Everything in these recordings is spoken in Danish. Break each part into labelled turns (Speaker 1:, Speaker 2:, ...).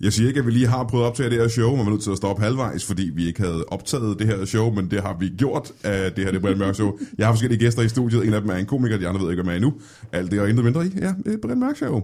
Speaker 1: Jeg siger ikke, at vi lige har prøvet at optage det her show, men man er nødt til at stoppe halvvejs, fordi vi ikke havde optaget det her show, men det har vi gjort af det her, det er Brian Mørk Show. Jeg har forskellige gæster i studiet, en af dem er en komiker, de andre ved ikke, om jeg er endnu. Alt det og intet mindre i, ja, det er Brian Mørk Show.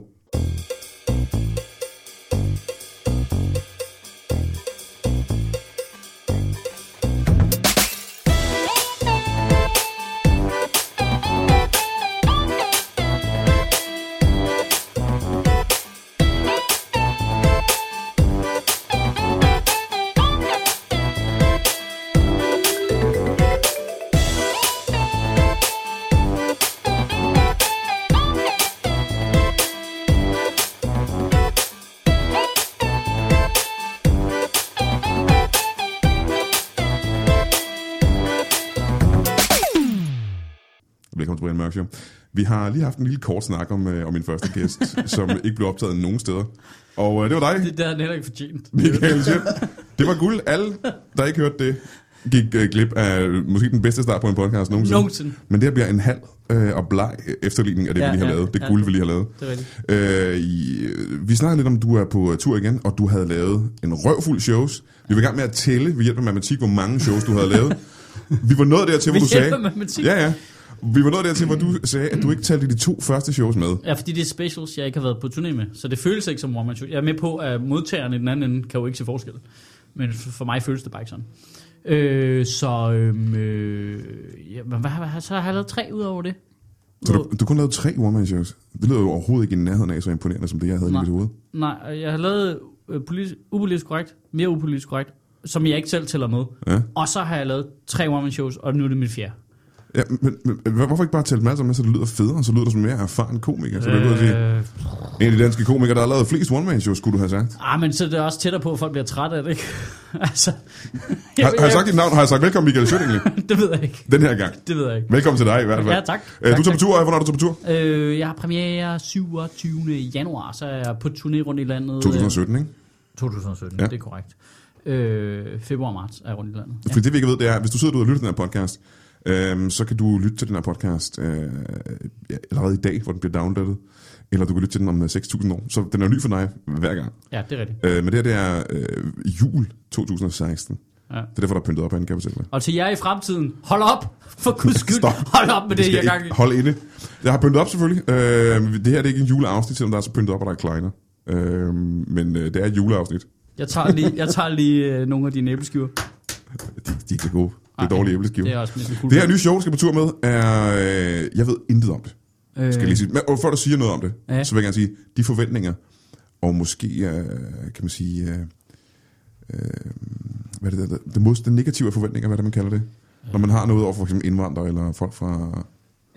Speaker 1: Velkommen til Brian Mørk Show. Vi har lige haft en lille kort snak om, øh, om min første gæst, som ikke blev optaget nogen steder. Og øh, det var dig.
Speaker 2: Det, det havde han heller ikke fortjent.
Speaker 1: Michael Schøp. Det var guld. Alle, der ikke hørte det, gik øh, glip af måske den bedste start på en podcast nogensinde.
Speaker 2: Nogensinde.
Speaker 1: Men det her bliver en halv øh, og bleg efterligning af det, ja,
Speaker 2: Ja,
Speaker 1: vi lige har
Speaker 2: ja,
Speaker 1: lavet. Det
Speaker 2: ja.
Speaker 1: guld, vi lige har lavet.
Speaker 2: Det er rigtigt.
Speaker 1: Øh, i, øh, vi snakkede lidt om, at du er på øh, tur igen, og du havde lavet en røvfuld shows. Vi var i gang med at tælle ved hjælp af matematik, hvor mange shows du havde lavet. Vi var nået dertil, hvor
Speaker 2: Ved
Speaker 1: du
Speaker 2: hjælp
Speaker 1: sagde...
Speaker 2: af matematik?
Speaker 1: Ja, ja. Vi var nået dertil, hvor du sagde, at du ikke talte de to første shows med.
Speaker 2: Ja, fordi det er specials, jeg ikke har været på turné med. Så det føles ikke som one man show. Jeg er med på, at modtageren i den anden ende kan jo ikke se forskel. Men f- for mig føles det bare ikke sådan. Øh, så øhm, øh, ja, men hvad, hvad, så har jeg lavet tre ud over det.
Speaker 1: Så du, du kun lavede tre one-man-shows. Det lyder jo overhovedet ikke i nærheden af så imponerende, som det, jeg havde lige
Speaker 2: Nej.
Speaker 1: i mit hoved.
Speaker 2: Nej, og jeg har lavet øh, politisk, upolitisk korrekt, mere upolitisk korrekt, som jeg ikke selv tæller med.
Speaker 1: Ja.
Speaker 2: Og så har jeg lavet tre one man shows, og nu er det mit fjerde.
Speaker 1: Ja, men, men hvor- hvorfor ikke bare tælle dem alle sammen med, så det lyder federe, så lyder du som mere erfaren komiker? Så øh... du at sige,
Speaker 2: Øh,
Speaker 1: en af de danske komikere, der har lavet flest one-man-shows, skulle du have sagt.
Speaker 2: ah, men så er det også tættere på, at folk bliver trætte af det, ikke? altså, jeg,
Speaker 1: Har, har jeg sagt dit navn? Har jeg sagt velkommen, Michael Schødt, egentlig?
Speaker 2: Det ved jeg ikke.
Speaker 1: Den her gang.
Speaker 2: Det ved jeg ikke.
Speaker 1: Velkommen til dig, i hvert fald.
Speaker 2: Ja, tak.
Speaker 1: Øh, du
Speaker 2: Tak,
Speaker 1: tager på
Speaker 2: tak.
Speaker 1: tur, og hvornår er du tager på tur?
Speaker 2: Øh, jeg har premiere 27. januar, så er jeg på turné rundt i landet. øh,
Speaker 1: 2017, ikke?
Speaker 2: 2017,
Speaker 1: Ja.
Speaker 2: ja. det er korrekt. Øh, februar-marts er jeg rundt i landet.
Speaker 1: Fordi det, vi ikke ved, det er, hvis du sidder derude og lytter til den her podcast, øhm, så kan du lytte til den her podcast øh, ja, allerede i dag, hvor den bliver downloadet. Eller du kan lytte til den om øh, 6.000 år. Så den er jo ny for dig hver gang.
Speaker 2: Ja, det er rigtigt.
Speaker 1: Øh, men det her, det er øh, jul 2016.
Speaker 2: Ja.
Speaker 1: Det er derfor, der er pyntet op af en kapitel.
Speaker 2: Og til jer i fremtiden, hold op! For guds skyld,
Speaker 1: Stop.
Speaker 2: hold op med
Speaker 1: Vi
Speaker 2: det, jeg
Speaker 1: skal
Speaker 2: er gang i.
Speaker 1: ikke holde inde. Jeg har pyntet op selvfølgelig. Øh, men det her det er ikke en juleafsnit, selvom der er så pyntet op, og der er kleiner. Øh, men øh, det er et juleafsnit.
Speaker 2: Jeg tager lige, jeg tager lige øh, nogle af dine æbleskiver.
Speaker 1: De, de er ikke så gode. Det er
Speaker 2: Ej,
Speaker 1: dårlige æbleskiver.
Speaker 2: Det er også mit cool.
Speaker 1: Det her nye show, du skal på tur med, er... Øh, jeg ved intet om det,
Speaker 2: øh,
Speaker 1: skal jeg lige sige. Men og før du siger noget om det, ja.
Speaker 2: Ja.
Speaker 1: så vil jeg gerne sige, de forventninger, og måske, øh, kan man sige... Øh, øh, hvad er det der? Det, mod, det negative af forventninger, hvad er det, man kalder det? Når man har noget over for eksempel indvandrere, eller folk fra...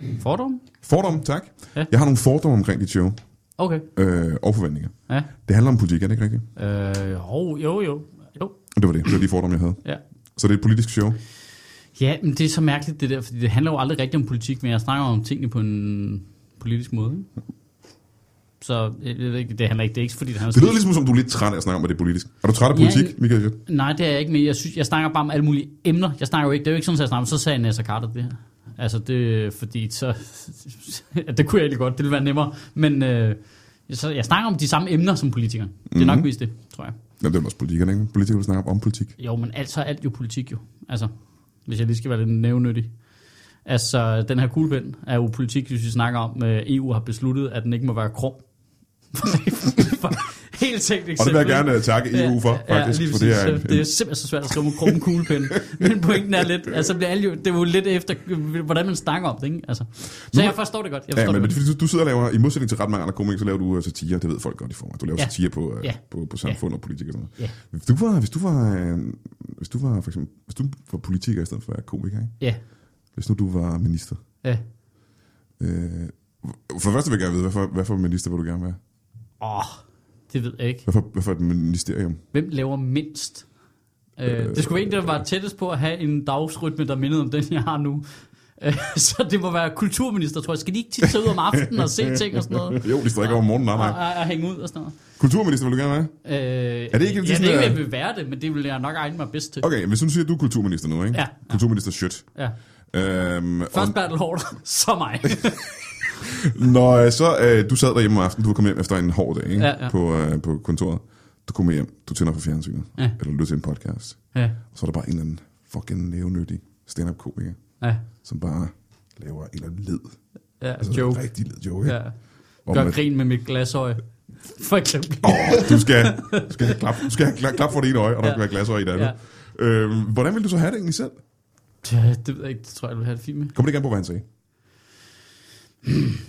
Speaker 2: Øh, Fordom?
Speaker 1: Fordomme, tak. Ja.
Speaker 2: Ja.
Speaker 1: Jeg har nogle fordomme omkring dit show,
Speaker 2: Okay,
Speaker 1: øh, og forventninger.
Speaker 2: ja.
Speaker 1: Det handler om politik, er det ikke rigtigt?
Speaker 2: Øh, jo, jo, jo. jo.
Speaker 1: Det var det. Det var de fordomme, jeg havde.
Speaker 2: Ja.
Speaker 1: Så det er et politisk show.
Speaker 2: ja, men det er så mærkeligt det der, fordi det handler jo aldrig rigtigt om politik, men jeg snakker om tingene på en politisk måde. ikke? Så jeg ved ikke, det handler ikke, det er ikke fordi, det handler
Speaker 1: Det lyder ligesom, som du er lidt træt af at snakke om, at det er politisk. Er du træt af
Speaker 2: Ja,
Speaker 1: politik,
Speaker 2: men-
Speaker 1: Michael?
Speaker 2: Nej, det er jeg ikke, men jeg, synes, jeg snakker bare om alle mulige emner. Jeg snakker jo ikke, det er jo ikke sådan, at jeg snakker, om, så sagde Nasser Carter det her. Altså det, fordi så, ja, det kunne jeg egentlig godt, det ville være nemmere. Men øh, så jeg snakker om de samme emner som politikere.
Speaker 1: Mhm.
Speaker 2: Det er nok mest det, tror jeg.
Speaker 1: Jamen, det er også politikerne, ikke? Politikere vil snakke om politik.
Speaker 2: Jo, men alt så er alt jo politik jo. Altså, hvis jeg lige skal være lidt nævnyttig. Altså, den her kuglepen er jo politik, hvis vi snakker om, øh, EU har besluttet, at den ikke må være krum. Helt tænkt eksempel.
Speaker 1: Og det vil jeg gerne øh, takke EU for, faktisk.
Speaker 2: Ja, lige
Speaker 1: for det er, en,
Speaker 2: præcis. det er simpelthen så svært at skrive med krumme kuglepen. Men pointen er lidt, altså bliver alle jo, det er jo lidt efter, hvordan man snakker om det, ikke? Altså. Så jeg forstår det godt. Jeg
Speaker 1: ja,
Speaker 2: forstår
Speaker 1: men
Speaker 2: det
Speaker 1: men
Speaker 2: godt.
Speaker 1: fordi du, du sidder og laver, i modsætning til ret mange andre komikere, så laver du øh, satire, det ved folk godt i forvejen. Du laver
Speaker 2: Ja.
Speaker 1: satire på, øh,
Speaker 2: Ja.
Speaker 1: på, på samfund og politik og sådan noget.
Speaker 2: Ja.
Speaker 1: Hvis du var, hvis du var, øh, hvis du var, for eksempel, hvis du var politiker i stedet for at være komiker, ikke?
Speaker 2: Ja,
Speaker 1: hvis nu du var minister,
Speaker 2: ja.
Speaker 1: øh, for det første vil jeg gerne vide, hvad for, hvad for minister vil du gerne være?
Speaker 2: Åh, det ved jeg ikke.
Speaker 1: Hvad for, hvad for et ministerium?
Speaker 2: Hvem laver mindst? Øh, det skulle være en, der var tættest på at have en dagsrytme, der mindede om den, jeg har nu. Øh, Så det må være kulturminister, tror jeg. Skal de ikke tit tage ud om aftenen og se ting og sådan noget?
Speaker 1: Jo, de strikker over morgenen, nej,
Speaker 2: Og,
Speaker 1: nej.
Speaker 2: og, og hænge ud og sådan noget?
Speaker 1: Kulturminister vil du gerne være?
Speaker 2: Øh, er
Speaker 1: det ikke
Speaker 2: jeg,
Speaker 1: en
Speaker 2: jeg,
Speaker 1: sådan,
Speaker 2: ved ikke,
Speaker 1: øh,
Speaker 2: jeg vil være det, men det vil jeg nok egne mig bedst til.
Speaker 1: Okay, hvis du siger, at du er kulturminister nu, ikke?
Speaker 2: Ja.
Speaker 1: Kulturminister Schødt.
Speaker 2: Ja.
Speaker 1: Øhm, og,
Speaker 2: Først Bertel Hårder, så mig.
Speaker 1: når øh, så øh, du sad derhjemme om aftenen, du var kommet hjem efter en hård dag ikke?
Speaker 2: Ja, ja.
Speaker 1: På, øh, på kontoret. Du kommer hjem, du tænder for fjernsynet,
Speaker 2: Ja.
Speaker 1: eller lytter til en podcast,
Speaker 2: Ja,
Speaker 1: og så er der bare en eller anden fucking nævnyttig stand-up-komiker,
Speaker 2: ja,
Speaker 1: som bare laver en eller anden led.
Speaker 2: ja,
Speaker 1: Altså
Speaker 2: joke.
Speaker 1: en rigtig led joke. Ja.
Speaker 2: Ja. Gør grin med mit glasøje. For eksempel.
Speaker 1: Åh, du skal, du skal have klap, du skal have klap, klap for det ene øje, og der
Speaker 2: Ja.
Speaker 1: skal være glasøje i det andet. Ja. Øhm, hvordan vil du så have det egentlig selv?
Speaker 2: Ja, det ved jeg ikke. Det tror jeg, jeg vil have det fint med.
Speaker 1: Kom det gerne på, hvad han sagde.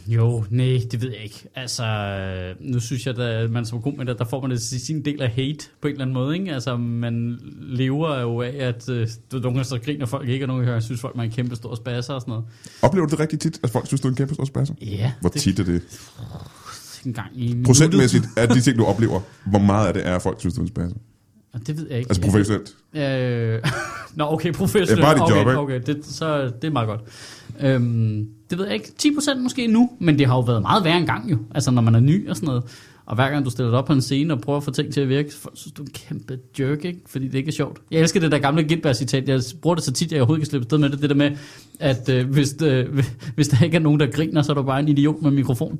Speaker 2: Jo, nej, det ved jeg ikke. Altså, øh, nu synes jeg, at man som komiker, der får man det, sin del af hate på en eller anden måde. Ikke? Altså, man lever jo af, at øh, du- nogle gange så griner folk ikke, og nogle gange synes folk, man er en kæmpe stor spasser og sådan noget.
Speaker 1: Oplever du det rigtig tit, at folk synes, du er en kæmpe stor spasser?
Speaker 2: Ja,
Speaker 1: Hvor
Speaker 2: det
Speaker 1: tit er det?
Speaker 2: er en gang i minuttet.
Speaker 1: Procentmæssigt er de ting, du oplever, hvor meget af det er, at folk synes, du er en spasser?
Speaker 2: Og Det ved jeg ikke.
Speaker 1: Altså professionelt.
Speaker 2: Øh, nå, okay, professionelt.
Speaker 1: Ja, bare dit
Speaker 2: okay,
Speaker 1: job, ikke?
Speaker 2: Okay, det, så det er meget godt. Øhm, det ved jeg ikke. 10% måske nu, men det har jo været meget værre engang jo. Altså, når man er ny og sådan noget. Og hver gang du stiller dig op på en scene og prøver at få ting til at virke, så folk synes du er en kæmpe jerk, ikke? Fordi det ikke er sjovt. Jeg elsker det der gamle Gindberg-citat. Jeg bruger det så tit, at jeg overhovedet kan slippe sted med det. Det der med, at øh, hvis, øh, hvis der ikke er nogen, der griner, så er du bare en idiot med mikrofon.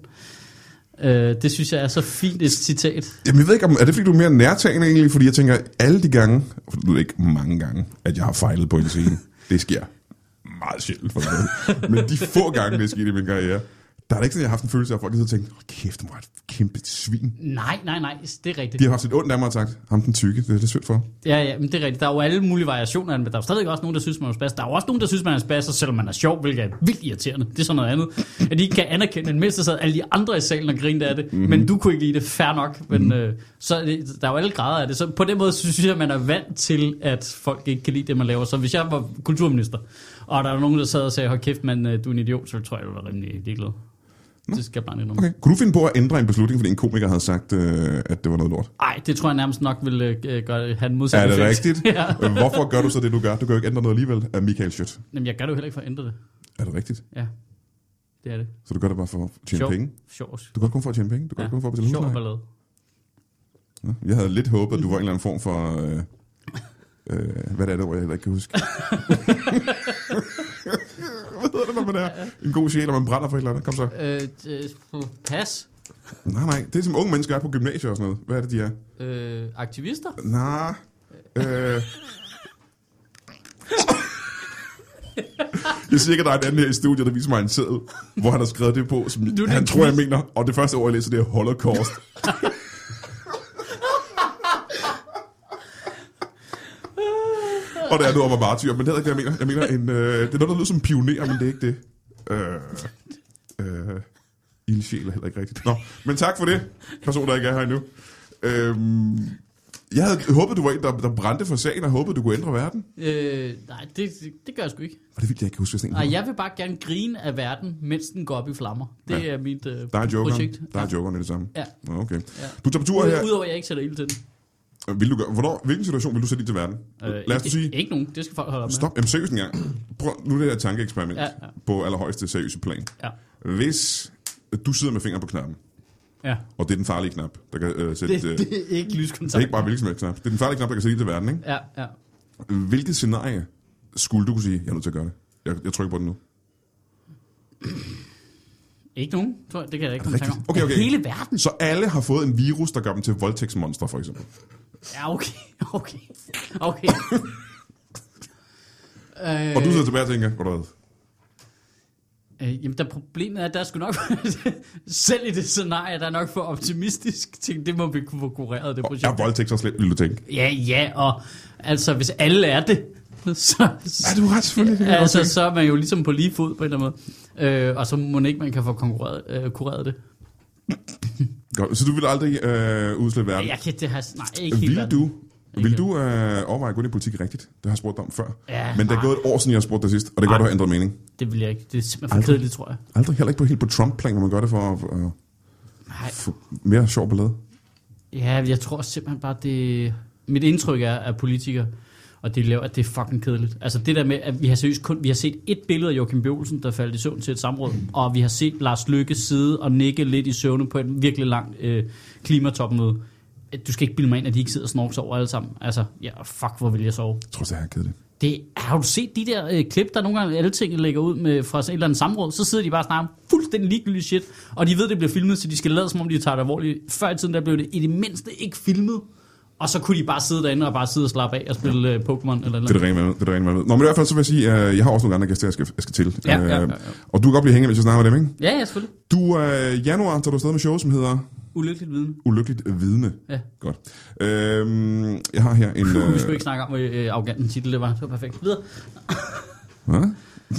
Speaker 2: Øh, det synes jeg er så fint et citat.
Speaker 1: Jamen, jeg ved ikke, om, er det fordi, du er mere nærtagende egentlig? Fordi jeg tænker, alle de gange, for det lyder ikke mange gange, at jeg har fejlet på en scene. Det sker meget sjældent for mig. Men de få gange, det er sket i min karriere, der er det ikke sådan, jeg har haft en følelse af, at folk ligesom har tænkt, "Åh, kæft, du var et kæmpe svin.
Speaker 2: Nej, nej, nej, det er rigtigt.
Speaker 1: De har haft et ondt af mig og sagt, ham den tykke, det er det synd for.
Speaker 2: Ja, ja, men det er rigtigt. Der er jo alle mulige variationer, af det, men der er jo stadig også nogen, der synes, man er spas. Der er jo også nogen, der synes, man er spas, og selvom man er sjov, hvilket er vildt irriterende. Det er sådan noget andet. At de ikke kan anerkende, men mindst sad alle de andre i salen og grinede af det. Mm-hmm.
Speaker 1: Mhm.
Speaker 2: Men du kunne ikke lide det, fair nok. Men mm-hmm. øh, så er det, der er jo alle grader af det. Så på den måde synes jeg, man er vant til, at folk ikke kan lide det, man laver. Så hvis jeg var kulturminister, og der er nogen, der sad og sagde, hold kæft, man, du er en idiot, så tror jeg, du var rimelig ligeglad. Det skal jeg bare lidt
Speaker 1: Okay. Kunne du finde på at ændre en beslutning, fordi en komiker havde sagt, øh, at det var noget lort?
Speaker 2: Nej, det tror jeg nærmest nok ville øh, gøre, have den modsatte
Speaker 1: Er det
Speaker 2: effekt.
Speaker 1: rigtigt?
Speaker 2: ja.
Speaker 1: Øh, Hvorfor gør du så det, du gør? Du kan jo ikke ændre noget alligevel af Michael Schødt.
Speaker 2: Jamen, jeg gør det jo heller ikke for at ændre det.
Speaker 1: Er det rigtigt?
Speaker 2: Ja, det er det.
Speaker 1: Så du gør det bare for at tjene
Speaker 2: Sjov.
Speaker 1: penge?
Speaker 2: Sjov.
Speaker 1: Du gør det kun for at tjene penge? Du gør det kun for at betale
Speaker 2: Sjov
Speaker 1: husleje?
Speaker 2: ballade.
Speaker 1: Nå, Jeg havde lidt håbet, at du var en eller anden form for... Øh, øh, hvad det er det ord, jeg heller ikke kan huske? hvad hedder det, når man er en god sjæl, og man brænder for et eller andet? Kom så.
Speaker 2: Øh, øh, pas.
Speaker 1: Nej, nej. Det er som unge mennesker er på gymnasiet og sådan noget. Hvad er det, de er?
Speaker 2: Øh, aktivister.
Speaker 1: Nej. Øh. Jeg siger ikke, at der er en anden her i studiet, der viser mig en seddel, hvor han har skrevet det på, som
Speaker 2: det
Speaker 1: han
Speaker 2: en
Speaker 1: tror, jeg mener. Og det første ord, jeg læser, det er Holocaust. og det er noget om at martyr, men det er ikke det, jeg mener. Jeg mener, en, øh, det er noget, der lyder som pioner, men det er ikke det. Øh, øh, ildsjæl er heller ikke rigtigt. Nå, men tak for det, person, der ikke er her endnu. Øhm, jeg havde håbet, du var en, der, der brændte for sagen, og håbede, du kunne ændre verden.
Speaker 2: Øh, nej, det, det, det gør jeg sgu ikke.
Speaker 1: Var det vildt, jeg ikke kan huske, hvad sådan en
Speaker 2: Nej,
Speaker 1: hedder?
Speaker 2: jeg vil bare gerne grine af verden, mens den går op i flammer. Det
Speaker 1: Ja.
Speaker 2: ja. er mit øh,
Speaker 1: Der er jokeren.
Speaker 2: projekt.
Speaker 1: Der er jokeren i det samme.
Speaker 2: Ja.
Speaker 1: Nå, Okay.
Speaker 2: Ja.
Speaker 1: Du tager på tur her. Øh,
Speaker 2: Udover, udover at jeg ikke sætter ild til den.
Speaker 1: Vil du gøre, hvornår, hvilken situation vil du sætte ind til verden? Øh, Lad os
Speaker 2: ikke,
Speaker 1: sige,
Speaker 2: Ikke nogen, det skal folk holde op med.
Speaker 1: stop, jamen seriøst en gang. Prøv, nu er det her et tankeeksperiment ja,
Speaker 2: Ja,
Speaker 1: ja.
Speaker 2: ja.
Speaker 1: på allerhøjeste seriøse plan.
Speaker 2: Ja.
Speaker 1: Hvis du sidder med fingeren på knappen,
Speaker 2: ja.
Speaker 1: og det er den farlige knap, der kan øh, sætte...
Speaker 2: Det,
Speaker 1: øh,
Speaker 2: det, er ikke
Speaker 1: det er
Speaker 2: lyskontakt.
Speaker 1: ikke bare hvilken som helst knap. Det er den farlige knap, der kan sætte ind til verden, ikke?
Speaker 2: Ja, ja.
Speaker 1: Hvilket scenarie skulle du kunne sige, jeg er nødt til at gøre det? Jeg, jeg trykker på den nu.
Speaker 2: Ikke nogen, tror jeg. Det kan jeg ikke
Speaker 1: det
Speaker 2: komme i tanke om.
Speaker 1: rigtigt? Okay, okay.
Speaker 2: Hele verden.
Speaker 1: Så alle har fået en virus, der gør dem til voldtægtsmonstre, for eksempel.
Speaker 2: Ja, okay. Okay. Okay. øh,
Speaker 1: Og du sidder tilbage og tænker, hvor du
Speaker 2: Øh, jamen, der problemet er, at der skulle nok... selv i det scenarie, der er nok for optimistisk ting. Det må vi kunne få kureret, det projekt.
Speaker 1: Jeg er voldtægt så slemt, vil du tænke.
Speaker 2: Ja, ja, og altså, hvis alle er det, så,
Speaker 1: Ja, du har ret, selvfølgelig. Det kan jeg godt
Speaker 2: altså,
Speaker 1: se.
Speaker 2: så er man jo ligesom på lige fod på en eller anden måde. Øh, og så må man ikke, man kan få konkurreret, øh, kureret det.
Speaker 1: Godt, så du vil aldrig øh, udslippe verden?
Speaker 2: Jeg kan det har... Nej, ikke helt.
Speaker 1: Vil
Speaker 2: verden.
Speaker 1: du, vil
Speaker 2: helt.
Speaker 1: du øh, overveje at gå ind i politik rigtigt? Det har jeg spurgt dig om før.
Speaker 2: Ja,
Speaker 1: Men der er
Speaker 2: nej.
Speaker 1: gået et år siden, jeg har spurgt dig sidst, og det er godt, du har ændret mening.
Speaker 2: Det vil jeg ikke. Det er simpelthen for
Speaker 1: Aldrig.
Speaker 2: kedeligt, tror jeg.
Speaker 1: Aldrig heller ikke på helt på Trump-plan, hvor man gør det for at øh,
Speaker 2: Nej.
Speaker 1: få mere sjov ballade.
Speaker 2: Ja, jeg tror simpelthen bare, det... Mit indtryk er af politikere, og det laver, at det er fucking kedeligt. Altså det der med, at vi har seriøst kun... Vi har set et billede af Joachim B. Olsen, der faldt i søvn til et samråd, og vi har set Lars Lykke sidde og nikke lidt i søvne på et virkelig langt øh, klimatopmøde. Du skal ikke bilde mig ind, at de ikke sidder og snorks over alle sammen. Altså, ja, fuck, hvor vil jeg sove.
Speaker 1: Jeg tror, det er kedeligt.
Speaker 2: Det, har du set de der øh, klip, der nogle gange alle ting lægger ud med, fra sådan et eller andet samråd? Så sidder de bare og snakker om fuldstændig ligegyldig shit, og de ved, det bliver filmet, så de skal lade som om, de tager det alvorligt. Før i tiden, der blev det i det mindste ikke filmet. Og så kunne de bare sidde derinde og bare sidde og slappe af og spille øh, Pokémon eller
Speaker 1: Det er
Speaker 2: noget.
Speaker 1: det rene med. Det er det rene med. Nå, men i hvert fald så vil jeg sige, at jeg har også nogle andre gæster, jeg skal, jeg skal til.
Speaker 2: Ja, ja, ja, ja.
Speaker 1: Øh, Og du kan godt blive hængende, hvis jeg snakker med dem, ikke?
Speaker 2: Ja, ja, selvfølgelig.
Speaker 1: Du, øh, januar tager du afsted med show, som hedder
Speaker 2: Ulykkeligt viden.
Speaker 1: Ulykkeligt Vidne.
Speaker 2: Ja.
Speaker 1: Godt. Øhm, jeg har her en...
Speaker 2: Uh, vi skulle ikke snakke om, hvor øh, arrogant en titel det var. Det var perfekt. Videre.
Speaker 1: Hva? øh,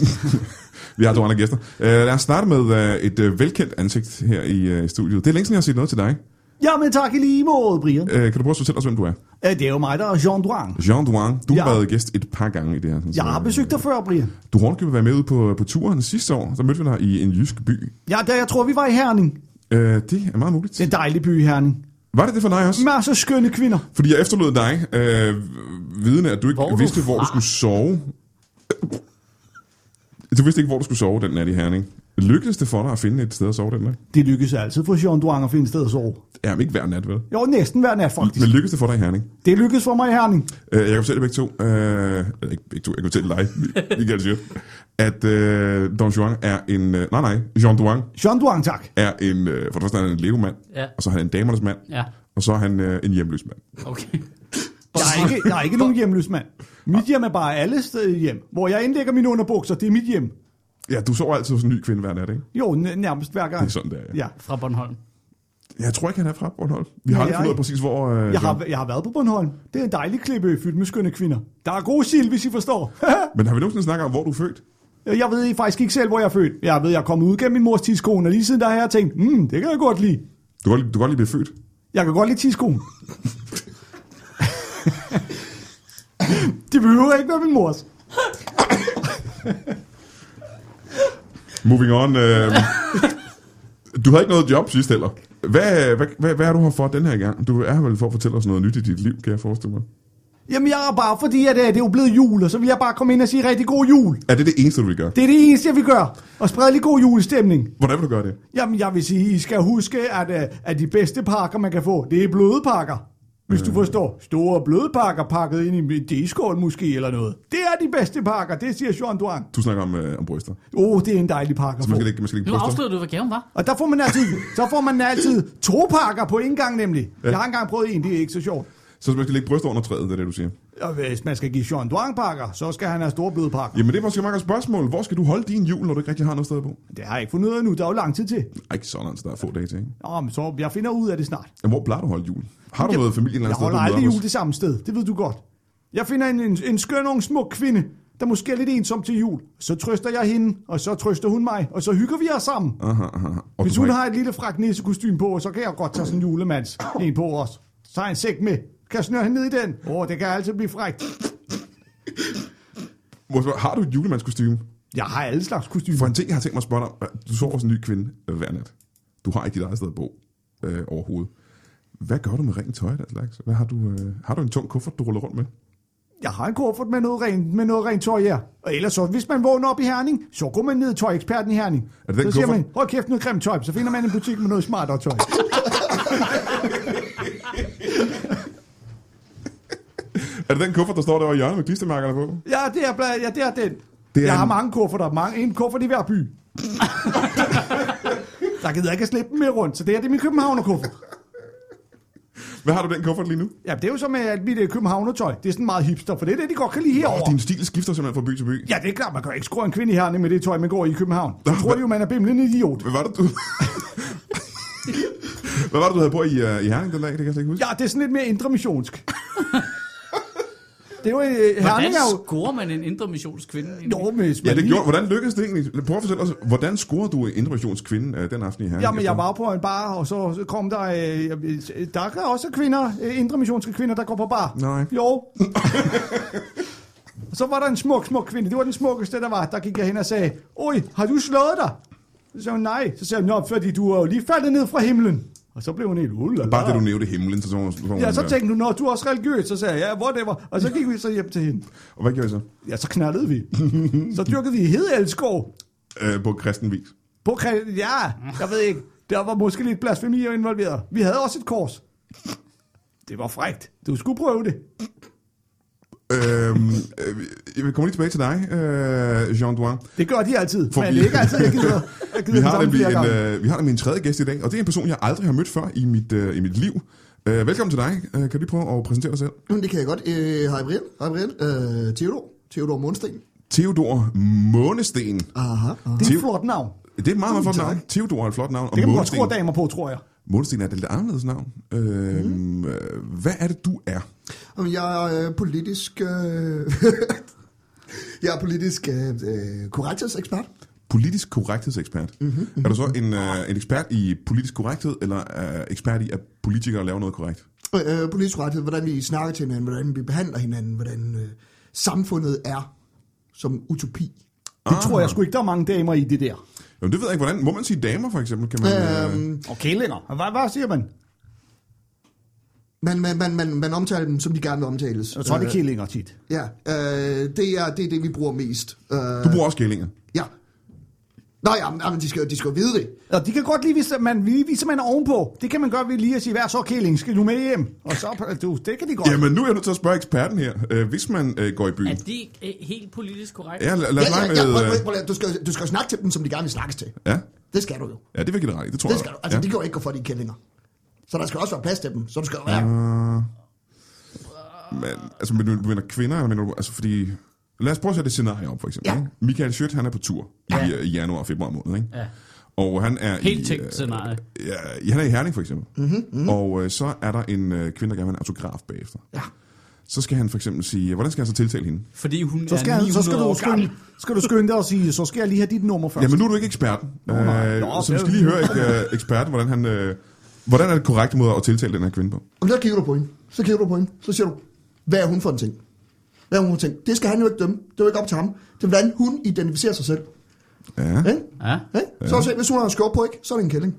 Speaker 1: Vi har to andre gæster. Uh, lad os starte med uh, et uh, velkendt ansigt her i uh, studiet. Det er længe siden, jeg har set noget til dig.
Speaker 3: Jamen tak i lige måde, Brian.
Speaker 1: Uh, kan du prøve at fortælle os, hvem du er?
Speaker 3: Øh, Det er jo mig, der er Jean Duang.
Speaker 1: Jean Duan, du ja. har
Speaker 3: Ja.
Speaker 1: været gæst et par gange i det her. sådan,
Speaker 3: Jeg har
Speaker 1: så,
Speaker 3: besøgt dig før, Brian.
Speaker 1: Du har ordentligt været med ude på, på turen sidste år. Der mødte vi dig i en jysk by.
Speaker 3: Ja, der, jeg tror, vi var i Herning.
Speaker 1: Uh, det er meget muligt.
Speaker 3: Det er en dejlig by, Herning.
Speaker 1: Var det det for dig også?
Speaker 3: Masser af skønne kvinder.
Speaker 1: Fordi jeg efterlod dig, øh, vidende at du ikke
Speaker 2: Hvor er
Speaker 1: hvor
Speaker 2: du
Speaker 1: vidste, hvor du
Speaker 2: fra?
Speaker 1: skulle sove. Du vidste ikke, hvor du skulle sove den nat i Herning. Lykkedes det for dig at finde et sted at sove den nat?
Speaker 3: Det lykkes altid for Jean Duang at finde et sted at sove.
Speaker 1: Ja, men ikke hver nat, vel?
Speaker 3: Jo, næsten hver nat faktisk.
Speaker 1: Men lykkedes det for dig i Herning?
Speaker 3: Det lykkes for mig i Herning.
Speaker 1: Øh, jeg kan fortælle begge to, øh, eller ikke begge to, jeg kan fortælle dig, Vi- vi kan det sige, at øh, Don Juan er en, øh, nej nej, Jean Duan
Speaker 3: Jean Duang, tak.
Speaker 1: er en, øh, for det første er han en levemand,
Speaker 2: Ja.
Speaker 1: og så er han en damernes mand,
Speaker 2: Ja,
Speaker 1: og så er han øh, en hjemløs mand.
Speaker 2: okay.
Speaker 3: Der er ikke, der er ikke nogen hjemløs mand. Mit hjem er bare alle steder hjem. Hvor jeg indlægger mine underbukser, det er mit hjem.
Speaker 1: Ja, du sover altid hos en ny kvinde hver nat, ikke?
Speaker 3: Jo, n- nærmest hver
Speaker 1: Det
Speaker 3: gang.
Speaker 1: er sådan, det er.
Speaker 3: Ja.
Speaker 2: Fra Bornholm.
Speaker 1: Jeg tror ikke, han er fra Bornholm. Vi har
Speaker 3: Nej,
Speaker 1: aldrig fundet ud af
Speaker 3: jeg-
Speaker 1: præcis, hvor... Øh,
Speaker 3: Jeg
Speaker 1: John-
Speaker 3: har, jeg har været på Bornholm. Det er en dejlig klippe fyldt med skønne kvinder. Der er gode sild, hvis I forstår.
Speaker 1: Men har vi nogensinde snakket om, hvor du er født?
Speaker 3: Øh, Jeg ved faktisk ikke selv, hvor jeg er født. Jeg ved, jeg er kommet ud gennem min mors tidskone, og lige siden der har jeg tænkt, mm, det kan jeg godt lide.
Speaker 1: Du kan godt, lide- du kan godt lige blive født.
Speaker 3: Jeg kan godt lide tidskone. det behøver ikke være min mors.
Speaker 1: Moving on. Øh, du havde ikke noget job sidst heller. Hvad, hvad, hvad, hvad er du her for den her gang? Du er her vel for at fortælle os noget nyt i dit liv, kan jeg forestille mig.
Speaker 3: Jamen, jeg er bare, fordi at, øh, det er jo blevet jul, og så vil jeg bare komme ind og sige rigtig god jul.
Speaker 1: Er det det eneste, du vil gøre?
Speaker 3: Det er det eneste, jeg vil gøre. Og sprede lidt god julestemning.
Speaker 1: Hvordan vil du gøre det?
Speaker 3: Jamen, jeg vil sige, I skal huske, at, øh, at de bedste pakker, man kan få, det er bløde pakker. Hvis du forstår. Store bløde pakker pakket ind i en diskål måske, eller noget. Det er de bedste pakker, det siger Jean Duan.
Speaker 1: Du snakker om, øh, om bryster.
Speaker 3: Åh, oh, det er en dejlig pakke at
Speaker 1: Man
Speaker 3: få.
Speaker 1: skal ikke, man skal ikke
Speaker 2: Nu
Speaker 1: bryster.
Speaker 2: afslører du, hvad gaven var.
Speaker 3: Og der får man altid, så får man altid to pakker på en gang nemlig. Jeg har engang prøvet en, det er ikke så sjovt.
Speaker 1: Så man skal lægge bryster under træet, det er det, du siger.
Speaker 3: Og hvis man skal give Jean Duan pakker, så skal han have store bløde pakker.
Speaker 1: Jamen det er måske et meget godt spørgsmål. Hvor skal du holde din jul, når du ikke rigtig har noget sted at bo?
Speaker 3: Det har jeg ikke fundet ud af nu, der er jo lang tid til.
Speaker 1: Ej, ikke sådan, så der er få dage til, ikke?
Speaker 3: Nå, men så jeg finder ud af det snart.
Speaker 1: Jamen, hvor plejer du at holde jul? Har du noget familie eller andet
Speaker 3: Jeg
Speaker 1: sted,
Speaker 3: holder
Speaker 1: du møder
Speaker 3: aldrig
Speaker 1: hos?
Speaker 3: jul det samme sted, det ved du godt. Jeg finder en, en, en skøn ung smuk kvinde, der måske er lidt ensom til jul. Så trøster jeg hende, og så trøster hun mig, og så hygger vi os sammen.
Speaker 1: Aha, aha. Og
Speaker 3: Hvis
Speaker 1: du
Speaker 3: hun
Speaker 1: har...
Speaker 3: har et lille fragt nissekostym på, så kan jeg godt tage sådan en julemands en på os. Så har jeg en sæk med. Kan jeg snøre hende ned i den? Åh, oh, det kan altid blive frækt.
Speaker 1: Må jeg spørge, Har du et julemandskostyme?
Speaker 3: Jeg har alle slags kostymer.
Speaker 1: For en ting, jeg har tænkt mig at spørge dig om. Du sover hos en ny kvinde øh, hver nat. Du har ikke dit eget sted at bo øh, overhovedet. Hvad gør du med rent tøj og den slags? Hvad har, du, øh, har du en tung kuffert, du ruller rundt med?
Speaker 3: Jeg har en kuffert med noget rent, med noget rent tøj, ja. Og ellers så, hvis man vågner op i Herning, så går man ned i tøjeksperten i Herning.
Speaker 1: Er det den
Speaker 3: så siger
Speaker 1: kuffert?
Speaker 3: man, hold kæft, noget grimt tøj. Så finder man en butik med noget smartere tøj.
Speaker 1: Er det den kuffert, der står derovre i hjørnet med klistermærkerne på?
Speaker 3: Ja, det er, bla- ja, det er den.
Speaker 1: Det
Speaker 3: Det
Speaker 1: er
Speaker 3: er jeg har
Speaker 1: en-
Speaker 3: mange kufferter. Mange, en kuffert i hver by. der gider jeg ikke at slippe dem med rundt, så det her det er min københavnerkuffert.
Speaker 1: Hvad har du i den kuffert lige nu?
Speaker 3: Ja, det er jo så med alt mit øh, københavnertøj. Det er sådan meget hipster, for det er det, de godt kan lide
Speaker 1: Og
Speaker 3: herovre.
Speaker 1: din stil skifter simpelthen fra by til by.
Speaker 3: Ja, det er klart, man kan jo ikke skrue en kvinde i Herning med det tøj, man går i i København. Så tror
Speaker 1: hvad-
Speaker 3: de jo, man er bimlende idiot.
Speaker 1: Hvad var det, du... Hvad var det, du havde på i, øh, i Herning den dag? Det kan jeg slet ikke huske.
Speaker 3: Ja, det er sådan lidt mere indre missionsk. det er jo, øh,
Speaker 2: Hvordan
Speaker 3: Herning er jo...
Speaker 2: scorer man en indre missionskvinde? egentlig?
Speaker 3: Jo, hvis man
Speaker 1: Ja, det
Speaker 3: lige-
Speaker 1: gjorde. Hvordan lykkedes det egentlig? Prøv at fortælle os, hvordan scorede du en interventionskvinde øh, den aften i Herning?
Speaker 3: Jamen, jeg
Speaker 1: efter-
Speaker 3: var på en bar, og så kom der... Øh, øh, der er også kvinder, øh, indre missionske kvinder, der går på bar.
Speaker 1: Nej.
Speaker 3: Jo. og så var der en smuk, smuk kvinde. Det var den smukkeste, der var. Der gik jeg hen og sagde, Oj, har du slået dig? Så sagde hun, nej. Så sagde hun, nå, fordi du er jo lige faldet ned fra himlen. Og så blev hun helt, ulala.
Speaker 1: Bare det, du nævnte himlen, så så, så, så
Speaker 3: Ja, så tænkte hun, nå, du er også religiøs. Så sagde jeg, ja, whatever. Og så gik vi så hjem til hende.
Speaker 1: Og hvad gjorde I så?
Speaker 3: Ja, så knaldede vi. så dyrkede vi hedelskov.
Speaker 1: Øh, på kristen vis.
Speaker 3: På kre- ja, jeg ved ikke. Der var måske lidt blasfemi involveret. Vi havde også et kors. Det var frægt. Du skulle prøve det.
Speaker 1: øhm, øh, jeg kommer lige tilbage til dig, øh, Jean Douin.
Speaker 3: Det gør de
Speaker 1: For
Speaker 3: altid. For men
Speaker 1: vi-
Speaker 3: det er ikke altid, jeg gider. Jeg gider
Speaker 1: Vi
Speaker 3: den
Speaker 1: har,
Speaker 3: samme
Speaker 1: nemlig
Speaker 3: flere
Speaker 1: en,
Speaker 3: gange.
Speaker 1: øh, vi har nemlig en tredje gæst i dag, og det er en person, jeg aldrig har mødt før i mit, øh, i mit liv. Øh, velkommen til dig. Øh, kan du lige prøve at præsentere dig selv?
Speaker 4: Jamen, det kan jeg godt. Øh, Hej, Brian. Hej, Brian. Øh, Theodor. Theodor Mundsten.
Speaker 1: Theodor Månesten.
Speaker 4: Aha. aha.
Speaker 3: Det er
Speaker 1: Tiv-
Speaker 3: et flot navn.
Speaker 1: Det er et meget, meget flot
Speaker 4: Tak.
Speaker 1: navn. Theodor er et flot navn.
Speaker 3: Det kan man godt
Speaker 1: Månesten,
Speaker 3: score damer på, tror jeg.
Speaker 1: Månesten er et lidt anderledes navn. Øh,
Speaker 3: Mhm.
Speaker 1: mm. Hvad er det, du er?
Speaker 4: Jamen, jeg er øh, politisk... Øh, jeg er politisk øh, øh, korrekthedsekspert.
Speaker 1: Politisk korrekthedsekspert.
Speaker 3: Mhm,
Speaker 1: Mm-hmm, mm-hmm. Er du så en, øh, en ekspert i politisk korrekthed, eller øh, ekspert i, at politikere laver noget korrekt?
Speaker 4: Øh, øh, politisk korrekthed, hvordan vi snakker til hinanden, hvordan vi behandler hinanden, hvordan øh, samfundet er som utopi.
Speaker 3: Det tror
Speaker 1: Ah.
Speaker 3: jeg sgu ikke, der er mange damer i det der.
Speaker 1: Jamen, det ved jeg ikke, hvordan. Må man sige damer, for eksempel? Kan man, øh,
Speaker 4: Øhm,
Speaker 3: Okay, længere. Hvad, hvad siger man?
Speaker 4: man, man, man, man, man omtaler dem, som de gerne vil omtales.
Speaker 3: Jeg tror, det er
Speaker 4: Øh,
Speaker 3: kællinger tit.
Speaker 4: Ja, øh, det, er, det er det, vi bruger mest. Øh,
Speaker 1: du bruger også kællinger.
Speaker 4: Ja. Nå ja, men, jamen, de skal jo de skal jo vide det.
Speaker 3: Og de kan godt lige vise, at man, vi- viser man er ovenpå. Det kan man gøre ved lige at sige, hvad så kælling, skal du med hjem? Og så, du, det kan de godt.
Speaker 1: Jamen, nu er jeg nødt til at spørge eksperten her. Øh, hvis man øh, går i byen...
Speaker 2: Er det øh, helt politisk korrekt?
Speaker 1: Ja, lad, lad os lege
Speaker 4: ja, ja, ja, prøv,
Speaker 1: med... øh,
Speaker 4: prøv, prøv, du, skal, jo- du skal jo snakke til dem, som de gerne vil snakkes til.
Speaker 1: Ja,
Speaker 4: Det skal du jo.
Speaker 1: ja det vil jeg give dig ret i. Det tror
Speaker 4: Det
Speaker 1: jeg.
Speaker 4: skal du. Altså,
Speaker 1: ja.
Speaker 4: det kan jo ikke gå for dine kællinger. Så der skal også være plads til dem. Så du skal jo være...
Speaker 1: Mm. Men, altså, men du mener kvinder, eller mener du, altså fordi... Lad os prøve at sætte et scenarie op, for eksempel.
Speaker 4: Ja.
Speaker 1: ikke? Michael Schødt, han er på tur ja. i, øh, i januar og februar måned, ikke?
Speaker 2: Ja.
Speaker 1: Og han er i,
Speaker 2: Helt tænkt
Speaker 1: øh,
Speaker 2: scenarie.
Speaker 1: ja, han er i Herning, for eksempel.
Speaker 4: Mhm,
Speaker 1: Mm-hmm, mm-hmm. Og øh, så er der en øh, kvinde, der gerne vil have en autograf bagefter.
Speaker 4: Ja.
Speaker 1: Så skal han for eksempel sige, hvordan skal han så tiltale hende?
Speaker 2: Fordi hun
Speaker 3: Så skal,
Speaker 2: er
Speaker 3: han,
Speaker 2: 900
Speaker 3: så skal, du,
Speaker 2: år
Speaker 3: skynde,
Speaker 2: gammel.
Speaker 3: skal du skynde dig og sige, så skal jeg lige have dit nummer først.
Speaker 1: Jamen, nu er du ikke eksperten. Nå,
Speaker 3: nej. Nå,
Speaker 1: så vi
Speaker 3: det-
Speaker 1: skal lige høre øh, eksperten, hvordan han... Øh, hvordan er det korrekte måde at tiltale den her kvinde på?
Speaker 4: Og der kigger du på hende. Så kigger du på hende. Så siger du, hvad er hun for en ting? Hvad er hun for en ting? Det skal han jo ikke dømme. Det er jo ikke op til ham. Det er, hvordan hun identificerer sig selv.
Speaker 1: Ja.
Speaker 4: Ikke?
Speaker 2: Ja.
Speaker 4: Ikke? Så se, hvis hun har en skjort på, ikke? så er det en kælling.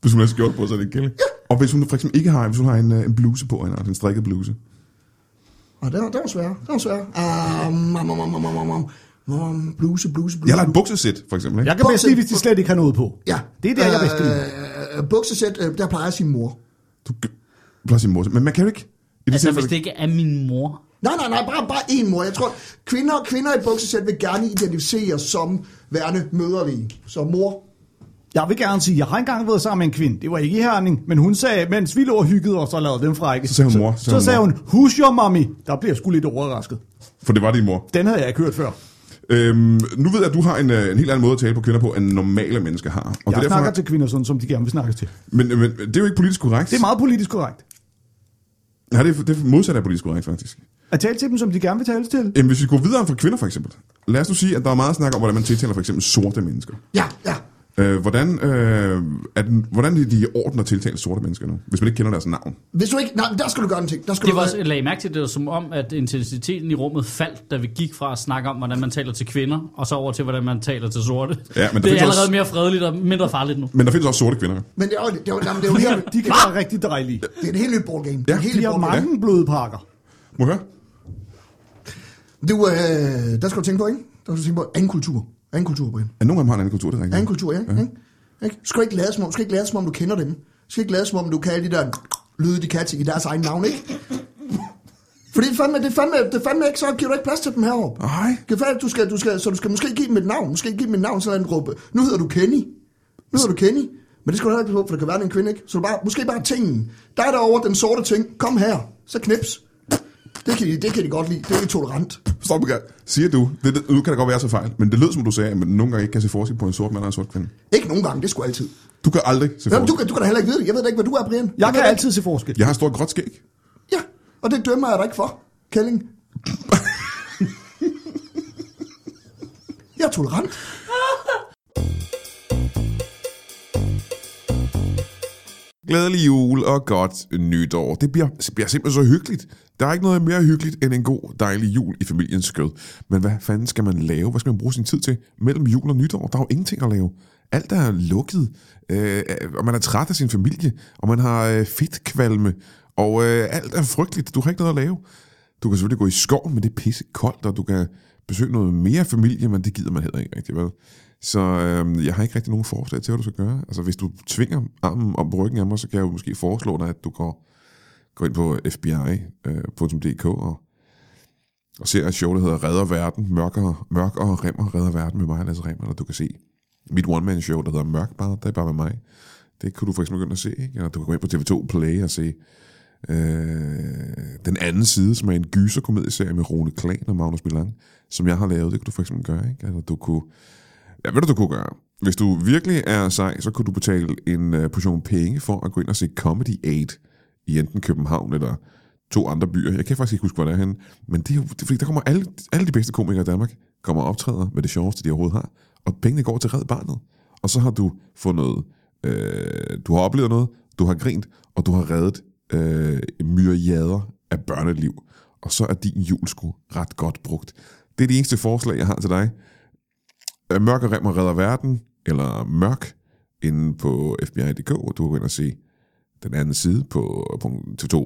Speaker 1: Hvis hun har skjort på, så er det en kælling. Og hvis hun for eksempel ikke har, hvis hun har en, øh, en bluse på, en, en strikket bluse.
Speaker 4: Og det var, det var svært. Det var svært. Um, um, um, um, um, um, um, um, bluse, bluse, bluse.
Speaker 1: Jeg har et buksesæt, for eksempel. Ikke?
Speaker 3: Jeg kan bedst lide, hvis de slet ikke har noget på.
Speaker 4: Ja.
Speaker 3: Det er der, jeg bedst kan lide.
Speaker 4: øh, Buksesæt, øh, der plejer sin mor.
Speaker 1: Du kan bare sige mor. Men man kan jo ikke... I det
Speaker 2: Altså,
Speaker 1: tilfælde-
Speaker 2: hvis det ikke er min mor.
Speaker 4: Nej, nej, nej, bare, bare én mor. Jeg tror, kvinder og kvinder i buksesæt vil gerne identificere som værende møderlige. Så mor.
Speaker 3: Jeg vil gerne sige, jeg har engang været sammen med en kvinde. Det var ikke i Herning, men hun sagde, mens vi lå og hyggede os og lavede dem frække.
Speaker 1: Så sagde hun mor, så
Speaker 3: Så,
Speaker 1: sagde
Speaker 3: så,
Speaker 1: hun
Speaker 3: sagde
Speaker 1: mor.
Speaker 3: hun, who's your mommy? Der bliver jeg sgu lidt overrasket.
Speaker 1: For det var din mor.
Speaker 3: Den havde jeg ikke hørt før.
Speaker 1: Øhm, nu ved jeg, at du har en, øh, en helt anden måde at tale på kvinder på, end normale mennesker har. Og
Speaker 3: Jeg
Speaker 1: det er
Speaker 3: snakker til kvinder sådan, som de gerne vil snakkes til.
Speaker 1: men, øh, men det er jo ikke politisk korrekt.
Speaker 3: Det er meget politisk korrekt.
Speaker 1: Nej, det er, det er modsat af politisk korrekt, faktisk.
Speaker 3: At tale til dem, som de gerne vil tales til.
Speaker 1: Jamen, hvis vi går videre fra kvinder, for eksempel. Lad os nu sige, at der er meget snak om, hvordan man tiltaler for eksempel sorte mennesker.
Speaker 4: Ja, ja.
Speaker 1: Øh, hvordan, øh, er den, hvordan er de i orden at tiltale sorte mennesker nu, hvis man ikke kender deres navn?
Speaker 4: Hvis du ikke... Nej, men der skal du gøre en ting. Der skal
Speaker 2: Det
Speaker 4: du
Speaker 2: var
Speaker 4: gøre-
Speaker 2: også, jeg lagde mærke til, det var som om, at intensiteten i rummet faldt, da vi gik fra at snakke om, hvordan man taler til kvinder, og så over til, hvordan man taler til sorte.
Speaker 1: der findes
Speaker 2: det er allerede
Speaker 1: også-
Speaker 2: mere fredeligt og mindre farligt nu.
Speaker 1: Men der findes også sorte kvinder.
Speaker 4: Men det er jo, det er jo, jamen, det er jo her,
Speaker 3: De kan være rigtig dejlige.
Speaker 4: det er en helt ny ballgame. Det er en helt
Speaker 3: De
Speaker 4: ny
Speaker 3: har
Speaker 4: ballgame.
Speaker 3: mange bløde pakker.
Speaker 1: Må jeg høre?
Speaker 4: Du, øh, der skal du tænke på, ikke? Der skal du tænke på anden kultur. Anden kultur, Brian.
Speaker 1: At nogle af dem har en anden kultur, det er rigtigt.
Speaker 4: Anden kultur, ja. ja. Ikke? Du skal ikke lade som om, du skal ikke lade som om, du kender dem. Du skal ikke lade som om, du kan alle de der lyde, de kan til i deres egen navn, ikke? Fordi det er fandme, det er fandme, det er fandme ikke, så giver du ikke plads til dem heroppe.
Speaker 1: Nej.
Speaker 4: Det er fandme, du skal, du skal, så du skal måske give dem et navn. Måske give dem et navn, sådan en råbe. Nu hedder du Kenny. Nu hedder du Kenny. Men det skal du heller ikke på, for det kan være, det er en kvinde, ikke? Så du bare, måske bare tingen. Der er derovre den sorte ting. Kom her. Så knips. Det kan, de, det kan de godt lide. Det er tolerant.
Speaker 1: Stop igen. Siger du, det, det, nu kan det godt være så fejl, men det lød som du sagde, at man nogle gange ikke kan se forskel på en sort mand og en sort kvinde.
Speaker 4: Ikke nogen gange, det skulle altid.
Speaker 1: Du kan aldrig se forskel.
Speaker 4: Jamen, du, kan, du kan da heller ikke vide det. Jeg ved da ikke, hvad du er, Brian.
Speaker 3: Jeg kan
Speaker 4: ved da ikke-
Speaker 3: altid se forskel.
Speaker 1: Jeg har et stort gråt skæg.
Speaker 4: Ja, og det dømmer jeg dig ikke for, Kælling. jeg er tolerant.
Speaker 1: Glædelig jul og godt nytår. Det bliver, det bliver simpelthen så hyggeligt. Der er ikke noget mere hyggeligt end en god, dejlig jul i familiens skød. Men hvad fanden skal man lave? Hvad skal man bruge sin tid til mellem jul og nytår? Der er jo ingenting at lave. Alt er lukket, øh, og man er træt af sin familie, og man har øh, fedtkvalme, og øh, alt er frygteligt. Du har ikke noget at lave. Du kan selvfølgelig gå i skoven, men det er pisse koldt, og du kan besøge noget mere familie, men det gider man heller ikke rigtig, vel? Så øh, jeg har ikke rigtig nogen forslag til, hvad du skal gøre. Altså, hvis du tvinger armen om på ryggen af mig, så kan jeg jo måske foreslå dig, at du går, går ind på øh, fbi.dk og, og ser et show, der hedder Redder Verden, Mørkere, Mørkere Remmer Redder Verden med mig, Lasse Remmer, eller du kan se mit one-man-show, der hedder Mørk bare, der er bare med mig. Det kunne du for eksempel begynde at se, ikke? Eller du kan gå ind på TV2 Play og se øh, Den anden side, som er en gyserkomedieserie med Rune Klan og Magnus Milan, som jeg har lavet. Det kunne du for eksempel gøre, ikke? Eller du kunne... Ja, ved du, du kunne gøre? Hvis du virkelig er sej, så kunne du betale en øh, portion penge for at gå ind og se Comedy 8 i enten København eller to andre byer. Jeg kan faktisk ikke huske, hvor det er henne. Men det er jo, det er, fordi der kommer alle, alle de bedste komikere i Danmark, kommer og optræder med det sjoveste, de overhovedet har. Og pengene går til Red Barnet. Og så har du fået noget, øh, du har oplevet noget, du har grint, og du har reddet øh, myriader af børneliv. Og så er din jul sgu ret godt brugt. Det er det eneste forslag, jeg har til dig. Øh, Mørk og Remmer redder verden, eller Mørk, inde på FBI.dk, og du kan gå ind og se den anden side på, øh, på TV2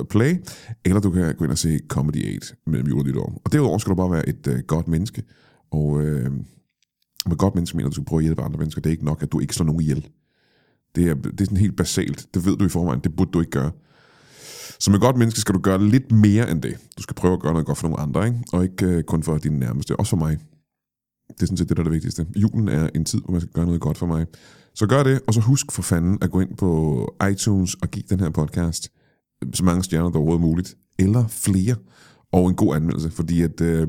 Speaker 1: øh, Play, eller du kan gå ind og se Comedy 8 mellem jul og nytår. Og derudover skal du bare være et øh, godt menneske, og øh, med godt menneske mener du, at du skal prøve at hjælpe andre mennesker. Det er ikke nok, at du ikke slår nogen ihjel. Det er, det er sådan helt basalt. Det ved du i forvejen. Det burde du ikke gøre. Som et godt menneske skal du gøre lidt mere end det. Du skal prøve at gøre noget godt for nogle andre, ikke? og ikke øh, kun for dine nærmeste. Også for mig. Det er sådan set det, der er det vigtigste. Julen er en tid, hvor man skal gøre noget godt for mig. Så gør det, og så husk for fanden at gå ind på iTunes og give den her podcast øh, så mange stjerner, der overhovedet muligt. Eller flere. Og en god anmeldelse, fordi at... Øh,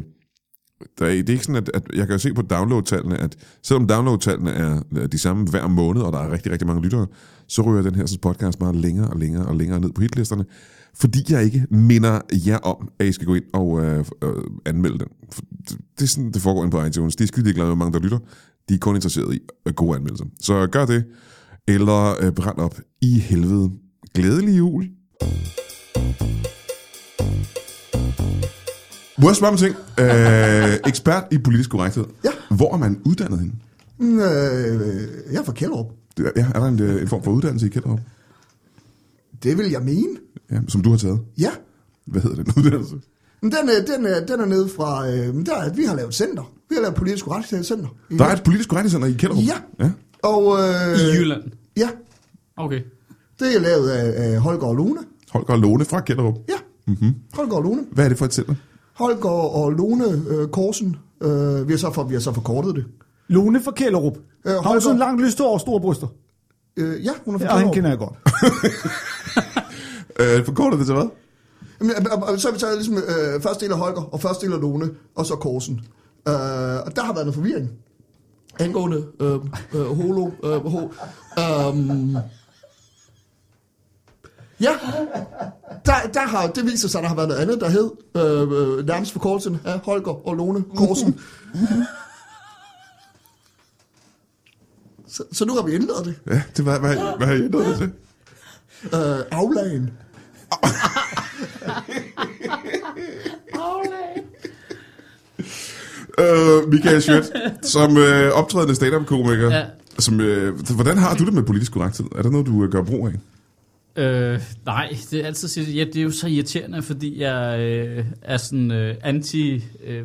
Speaker 1: der er, det er ikke sådan, at, at jeg kan jo se på downloadtallene, at selvom downloadtallene er de samme hver måned, og der er rigtig, rigtig mange lyttere, så ryger den her sådan, podcast meget længere og længere og længere ned på hitlisterne, fordi jeg ikke minder jer om, at I skal gå ind og øh, øh, anmelde den. For det- Det er sådan, det foregår ind på iTunes. De er skide glade, hvor mange der lytter. De er kun interesseret i øh, gode anmeldelser. Så gør det, eller øh, brænd op i helvede. Glædelig jul. Må jeg spørge om en ting? Øh, ekspert i politisk korrekthed.
Speaker 4: Ja.
Speaker 1: Hvor er man uddannet henne?
Speaker 4: Mm, øh, jeg er fra Kjellerup.
Speaker 1: Ja, er der en, øh, en form for uddannelse i Kjellerup?
Speaker 4: Det vil jeg mene.
Speaker 1: Ja, som du har taget.
Speaker 4: Ja.
Speaker 1: Hvad hedder den uddannelse?
Speaker 4: Men Den, øh, den, øh, den er nede fra... Øh, der, vi har lavet center. Vi har lavet politisk retscenter.
Speaker 1: Der er et politisk korrekthedscenter i Kjellerup?
Speaker 4: Ja.
Speaker 1: ja.
Speaker 4: Og... Øh,
Speaker 2: I Jylland.
Speaker 4: Ja.
Speaker 2: Okay.
Speaker 4: Det er lavet af, af Holger og Lone.
Speaker 1: Holger Lone fra Kjellerup.
Speaker 4: Ja.
Speaker 1: Mhm.
Speaker 4: Mm-hmm. Holger og Lone.
Speaker 1: Hvad er det for et center?
Speaker 4: Holger og Lone øh, Korsen. Øh, vi, har så for, vi har så forkortet det.
Speaker 3: Lone fra Kjellerup. Øh, har hun
Speaker 4: Holger.
Speaker 3: sådan langt lyst over store bryster?
Speaker 4: Øh, ja, hun er fra
Speaker 3: Ja, hende
Speaker 4: Kjellerup.
Speaker 3: kender jeg godt.
Speaker 1: Øh, forkorter det til hvad?
Speaker 4: Jamen, og- og- og Så har vi taget ligesom, øh, første del af Holger, og første del af Lone, og så Korsen. Øh, og der har været noget forvirring. Angående øh, øh, holo. Øh, ho, øh, ja, der, der har, det viser sig, at der har været noget andet, der hed øh, øh, nærmest forkortelsen af Holger og Lone Korsen. så, så nu har vi ændret det.
Speaker 1: Ja, det var, hvad, hvad har I ændret det til?
Speaker 4: Øh, aflagen.
Speaker 1: Øh, Michael Schødt, som øh, optrædende stand-up-komiker.
Speaker 2: Ja.
Speaker 1: Som, øh, så hvordan har du det med politisk korrekthed? Er der noget, du øh, gør brug af?
Speaker 2: Øh, nej, det er altid sige, ja, det er jo så irriterende, fordi jeg øh, er sådan øh, anti... Øh,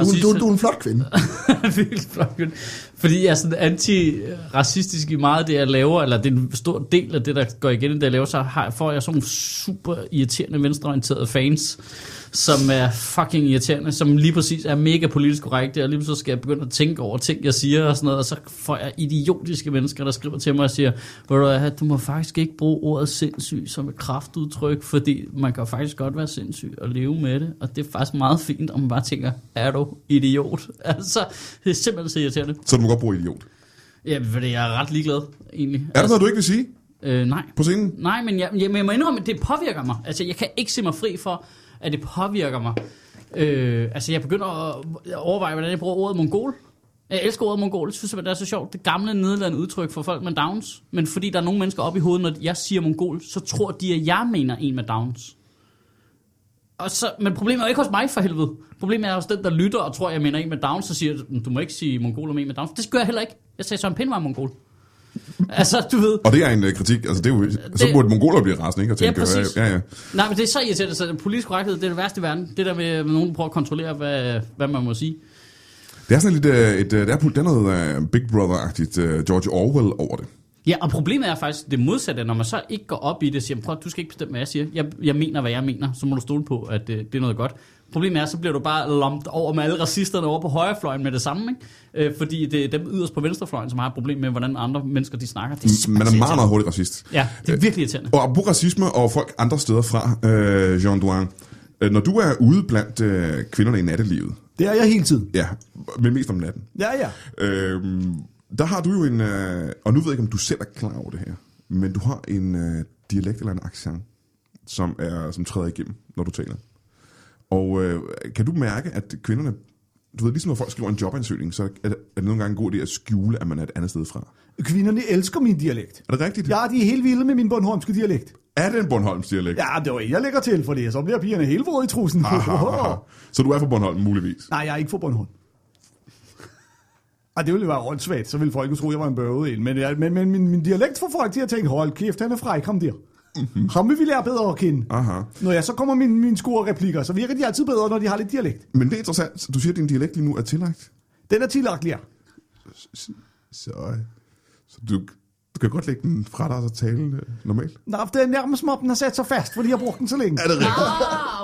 Speaker 4: Du, du, du er en flot kvinde.
Speaker 2: Virkelig flot kvinde. Fordi jeg er sådan anti-racistisk i meget af det, jeg laver, eller det er en stor del af det, der går igen i det, jeg laver, så har, får jeg sådan nogle super irriterende venstreorienterede fans, som er fucking irriterende, som lige præcis er mega politisk korrekte, og lige så skal jeg begynde at tænke over ting, jeg siger og sådan noget, og så får jeg idiotiske mennesker, der skriver til mig og siger, "Ved du, hvad, du må faktisk ikke bruge ordet sindssyg som et kraftudtryk, fordi man kan faktisk godt være sindssyg og leve med det, og det er faktisk meget fint, om man bare tænker, er du idiot? Altså, det er simpelthen så irriterende.
Speaker 1: Så du må godt bruge idiot.
Speaker 2: Ja, fordi jeg er ret ligeglad, egentlig. Altså,
Speaker 1: Er der noget, du ikke vil sige
Speaker 2: Øh, nej.
Speaker 1: på scenen?
Speaker 2: Nej, men jeg, jeg, men jeg må indrømme, at det påvirker mig. Altså, jeg kan ikke se mig fri for, at det påvirker mig. Øh, altså, jeg begynder at overveje, hvordan jeg bruger ordet mongol. Jeg elsker ordet mongol. Jeg synes simpelthen, det er så sjovt. Det gamle nederlandende udtryk for folk med Downs. Men fordi der er nogle mennesker oppe i hovedet, når jeg siger mongol, så tror de, at jeg mener en med Downs. Og så, men problemet er jo ikke hos mig for helvede. Problemet er hos den, der lytter og tror, jeg mener en med Downs, så siger jeg, du må ikke sige mongol om en med Downs. Det gør jeg heller ikke. Jeg sagde Søren Pind var mongol. altså, du ved,
Speaker 1: Og det er en øh, kritik, altså det er jo, så
Speaker 2: Det-
Speaker 1: burde mongoler blive rasende, ikke? Og tænke,
Speaker 2: Ja, præcis.
Speaker 1: Ja, ja.
Speaker 2: Nej, men det er så irriterende, så politisk korrekthed, det er det værste i verden. Det der med, at nogen prøver at kontrollere, hvad, hvad man må sige.
Speaker 1: Det er sådan lidt, øh, et, øh, der er, på- der er noget øh, Big Brother-agtigt øh, George Orwell over det.
Speaker 2: Ja, og problemet er faktisk det modsatte, når man så ikke går op i øh, det og siger, prøv at- du skal ikke bestemme, hvad jeg siger. Jeg, jeg mener, hvad jeg mener, så må du stole på, at det, det er noget godt. Problemet er, så bliver du bare lomt over med alle racisterne over på højrefløjen med det samme, ikke? Øh, fordi det er dem yderst på venstrefløjen, som har et problem med, hvordan andre mennesker de snakker. Det er simpelthen
Speaker 1: Man Mm, er
Speaker 2: irriterende.
Speaker 1: meget, meget hurtig racist. Øh,
Speaker 2: Ja, det er virkelig irriterende.
Speaker 1: Og apropos racisme og folk andre steder fra, øh, Jean Duan, øh, når du er ude blandt øh, kvinderne i nattelivet,
Speaker 3: Det er jeg hele tiden.
Speaker 1: ja, men mest om natten,
Speaker 3: Ja, ja.
Speaker 1: øh, der har du jo en, øh, og nu ved jeg ikke, om du selv er klar over det her, men du har en øh, dialekt eller en accent, som, er, som træder igennem, når du taler. Og øh, kan du mærke, at kvinderne, du ved, ligesom når folk skriver en jobansøgning, så er det, er det nogle gange en god idé at skjule, at man er et andet sted fra.
Speaker 3: Kvinderne elsker min dialekt.
Speaker 1: Er det rigtigt?
Speaker 3: Ja, de er helt vilde med min Bornholmske dialekt.
Speaker 1: Er det en Bornholms dialekt?
Speaker 3: Ja, det var en, jeg lægger til, for det, så bliver pigerne helt våde i trusen.
Speaker 1: Aha, aha. Så du er fra Bornholm, muligvis.
Speaker 3: Nej, jeg er ikke fra Bornholm. Ej, det ville være åndssvagt, så ville folk jo tro, at jeg var en bøvet en. Men, jeg- men, men min, min dialekt får folk til at tænke, hold kæft, han er fræk, ham der.
Speaker 1: Mhm.
Speaker 3: Mm-hmm. Ham vil vi lære bedre at kende.
Speaker 1: Aha.
Speaker 3: Når jeg så kommer mine, mine score replikker, så virker de altid bedre, når de har lidt dialekt.
Speaker 1: Men det er interessant. Du siger, at din dialekt lige nu er tillagt.
Speaker 3: Den er tillagt lige.
Speaker 1: Så, øh. så du, du kan godt lægge den fra dig og så tale øh, normalt.
Speaker 3: Nå, det er nærmest som om, den har sat sig fast, fordi jeg har brugt den så længe.
Speaker 1: Er det rigtigt?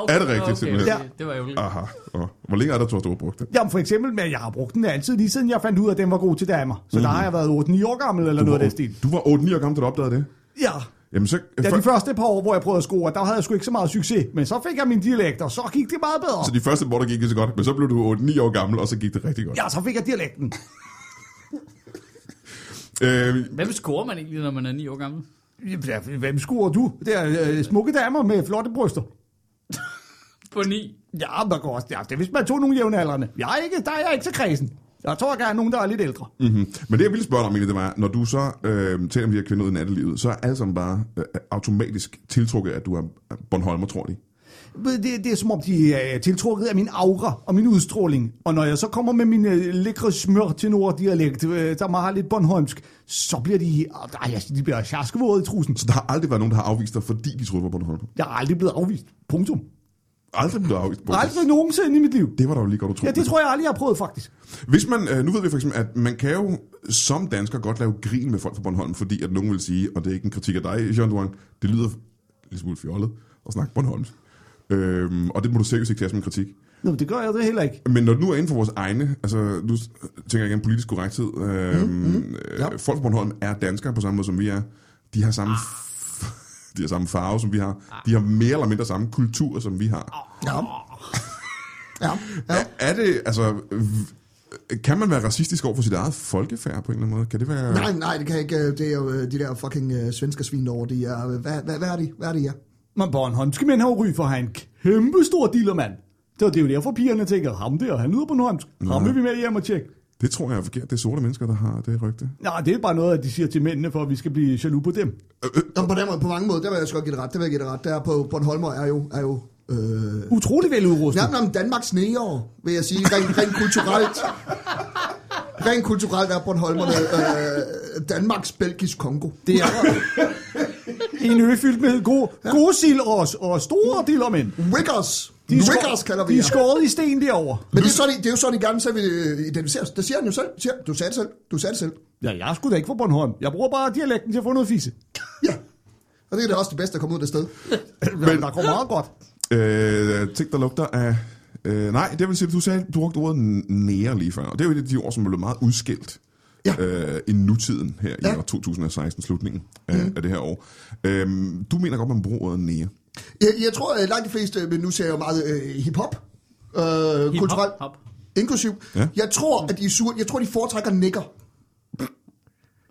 Speaker 2: Ah,
Speaker 1: Er det rigtigt, simpelthen?
Speaker 2: okay. Det var ærgerligt.
Speaker 1: Aha. Og, hvor længe er der, tror du har brugt det?
Speaker 3: Jamen for eksempel, men jeg har brugt den altid, lige siden jeg fandt ud af, at den var god til damer. Så mm-hmm. der har jeg været 8-9 år gammel, eller noget af den stil.
Speaker 1: Mhm. Du var 8-9 år gammel, da du opdagede det.
Speaker 3: Ja,
Speaker 1: Jamen så...
Speaker 3: Ja, de
Speaker 1: for-
Speaker 3: første par år, hvor jeg prøvede at score, der havde jeg sgu ikke så meget succes. Men så fik jeg min dialekt, og så gik det meget bedre.
Speaker 1: så de første måder gik ikke så godt, men så blev du 8-9 år gammel, og så gik det rigtig godt.
Speaker 3: Ja, så fik jeg dialekten.
Speaker 1: Øh,
Speaker 2: Hvem scorer man egentlig, når man er 9 år gammel?
Speaker 3: Ja, Hvem scorer du? Det er øh, smukke damer med flotte bryster.
Speaker 2: På 9?
Speaker 3: Ja, der går også. Ja, det er, hvis man tog nogle jævnaldrende. Jeg er ikke, der er jeg ikke så kredsen. Jeg tror, der er nogen, der er lidt ældre.
Speaker 1: mm-hmm. Men det, jeg ville spørge dig om, egentlig, det var, når du så øh, taler om de her kvinder ud i nattelivet, så er alle sammen bare øh, automatisk tiltrukket, at du er Bornholmer, tror de.
Speaker 3: Men Det, det er som om, de er tiltrukket af min aura og min udstråling. Og når jeg så kommer med min øh, lækre smør til norddialekt, øh, der har lidt Bornholmsk, så bliver de... Øh, ej, de bliver sjaskevåde i trusen.
Speaker 1: Så der har aldrig været nogen, der har afvist dig, fordi de troede, du var Bornholmer.
Speaker 3: Jeg er aldrig blevet afvist. Punktum.
Speaker 1: Aldrig blev du afvist på.
Speaker 3: Aldrig nogensinde i mit liv.
Speaker 1: Det var da jo lige godt, du troede.
Speaker 3: Ja, det tror jeg aldrig, jeg har prøvet, faktisk.
Speaker 1: Hvis man, øh, nu ved vi for eksempel, at man kan jo som dansker godt lave grin med folk fra Bornholm, fordi at nogen vil sige, og det er ikke en kritik af dig, Jean Duang, det lyder lidt smule fjollet at snakke Bornholms. Øhm, og det må du seriøst ikke tage som en kritik.
Speaker 3: Nå, men det gør jeg det heller ikke.
Speaker 1: Men når du er inden for vores egne, altså nu s- tænker jeg igen politisk korrekthed, øhm, mm, mm, ja. Ah. øh, folk på Bornholm er danskere på samme måde som vi er. De har samme, f- de har samme farve som vi har. De har mere eller mindre samme kultur som vi har.
Speaker 4: Ja. Ja. ja.
Speaker 1: Er, er det, altså, v- kan man være racistisk over for sit eget folkefærd på en eller anden måde? Kan det være...
Speaker 4: Nej, nej, det kan jeg ikke. Det er jo øh, de der fucking øh, svenske svin derovre. De er, øh, hvad, hvad, hvad er de? Hvad er de, ja?
Speaker 3: Men Bornholmske mænd har jo ry for at have en kæmpe stor dillermand. Det var det er jo derfor, pigerne tænker, ham der, han lyder på Bornholmsk. Ham vil vi med hjem og tjekke.
Speaker 1: Det tror jeg er forkert. Det er sorte mennesker, der har det rygte.
Speaker 3: Nej, det er bare noget, at de siger til mændene, for at vi skal blive jaloux på dem.
Speaker 4: Nå, på, den måde, på mange måder, der vil jeg sgu give det ret. Der vil jeg give det ret. Der på Bornholmer er jo... Er jo øh,
Speaker 3: Utrolig veludrustet.
Speaker 4: Nærmere om Danmarks neger, vil jeg sige, rent, rent kulturelt. Rent kulturelt er Bornholmerne øh, Danmarks Belgisk Kongo. Det er
Speaker 3: En ø fyldt med god, god sild og, og store dillermænd.
Speaker 4: Wiggers.
Speaker 3: De er, skåret-
Speaker 4: Wiggers kalder vi
Speaker 3: de er
Speaker 4: jer.
Speaker 3: skåret i sten derovre.
Speaker 4: Men det er, så, de, det er jo så, de gerne selv vil øh, identificere os. Det siger han jo selv. Siger, du sagde det selv. Du sagde det selv.
Speaker 3: Ja, jeg skulle da ikke fra Bornholm. Jeg bruger bare dialekten til at få noget fisse.
Speaker 4: Ja. Og det er da også det bedste at komme ud af det sted.
Speaker 3: Men der går meget godt.
Speaker 1: Øh, ting, der lugter af... Øh, nej, det vil sige, at du sagde, du brugte ordet n- nære lige før. Og det er jo et af de ord, som er blevet meget udskilt.
Speaker 4: Ja.
Speaker 1: Øh, i nutiden her i
Speaker 4: Ja.
Speaker 1: år 2016, slutningen af, mm. af det her år. Øhm, du mener godt, man bruger ordet nære.
Speaker 4: Jeg, jeg tror, at langt de fleste, men nu ser jeg jo meget øh, hip-hop. Øh, hip kulturelt.
Speaker 2: hop.
Speaker 4: Inklusiv.
Speaker 1: Ja.
Speaker 4: Ja. Jeg tror, at de er sure. Jeg tror, de foretrækker nikker.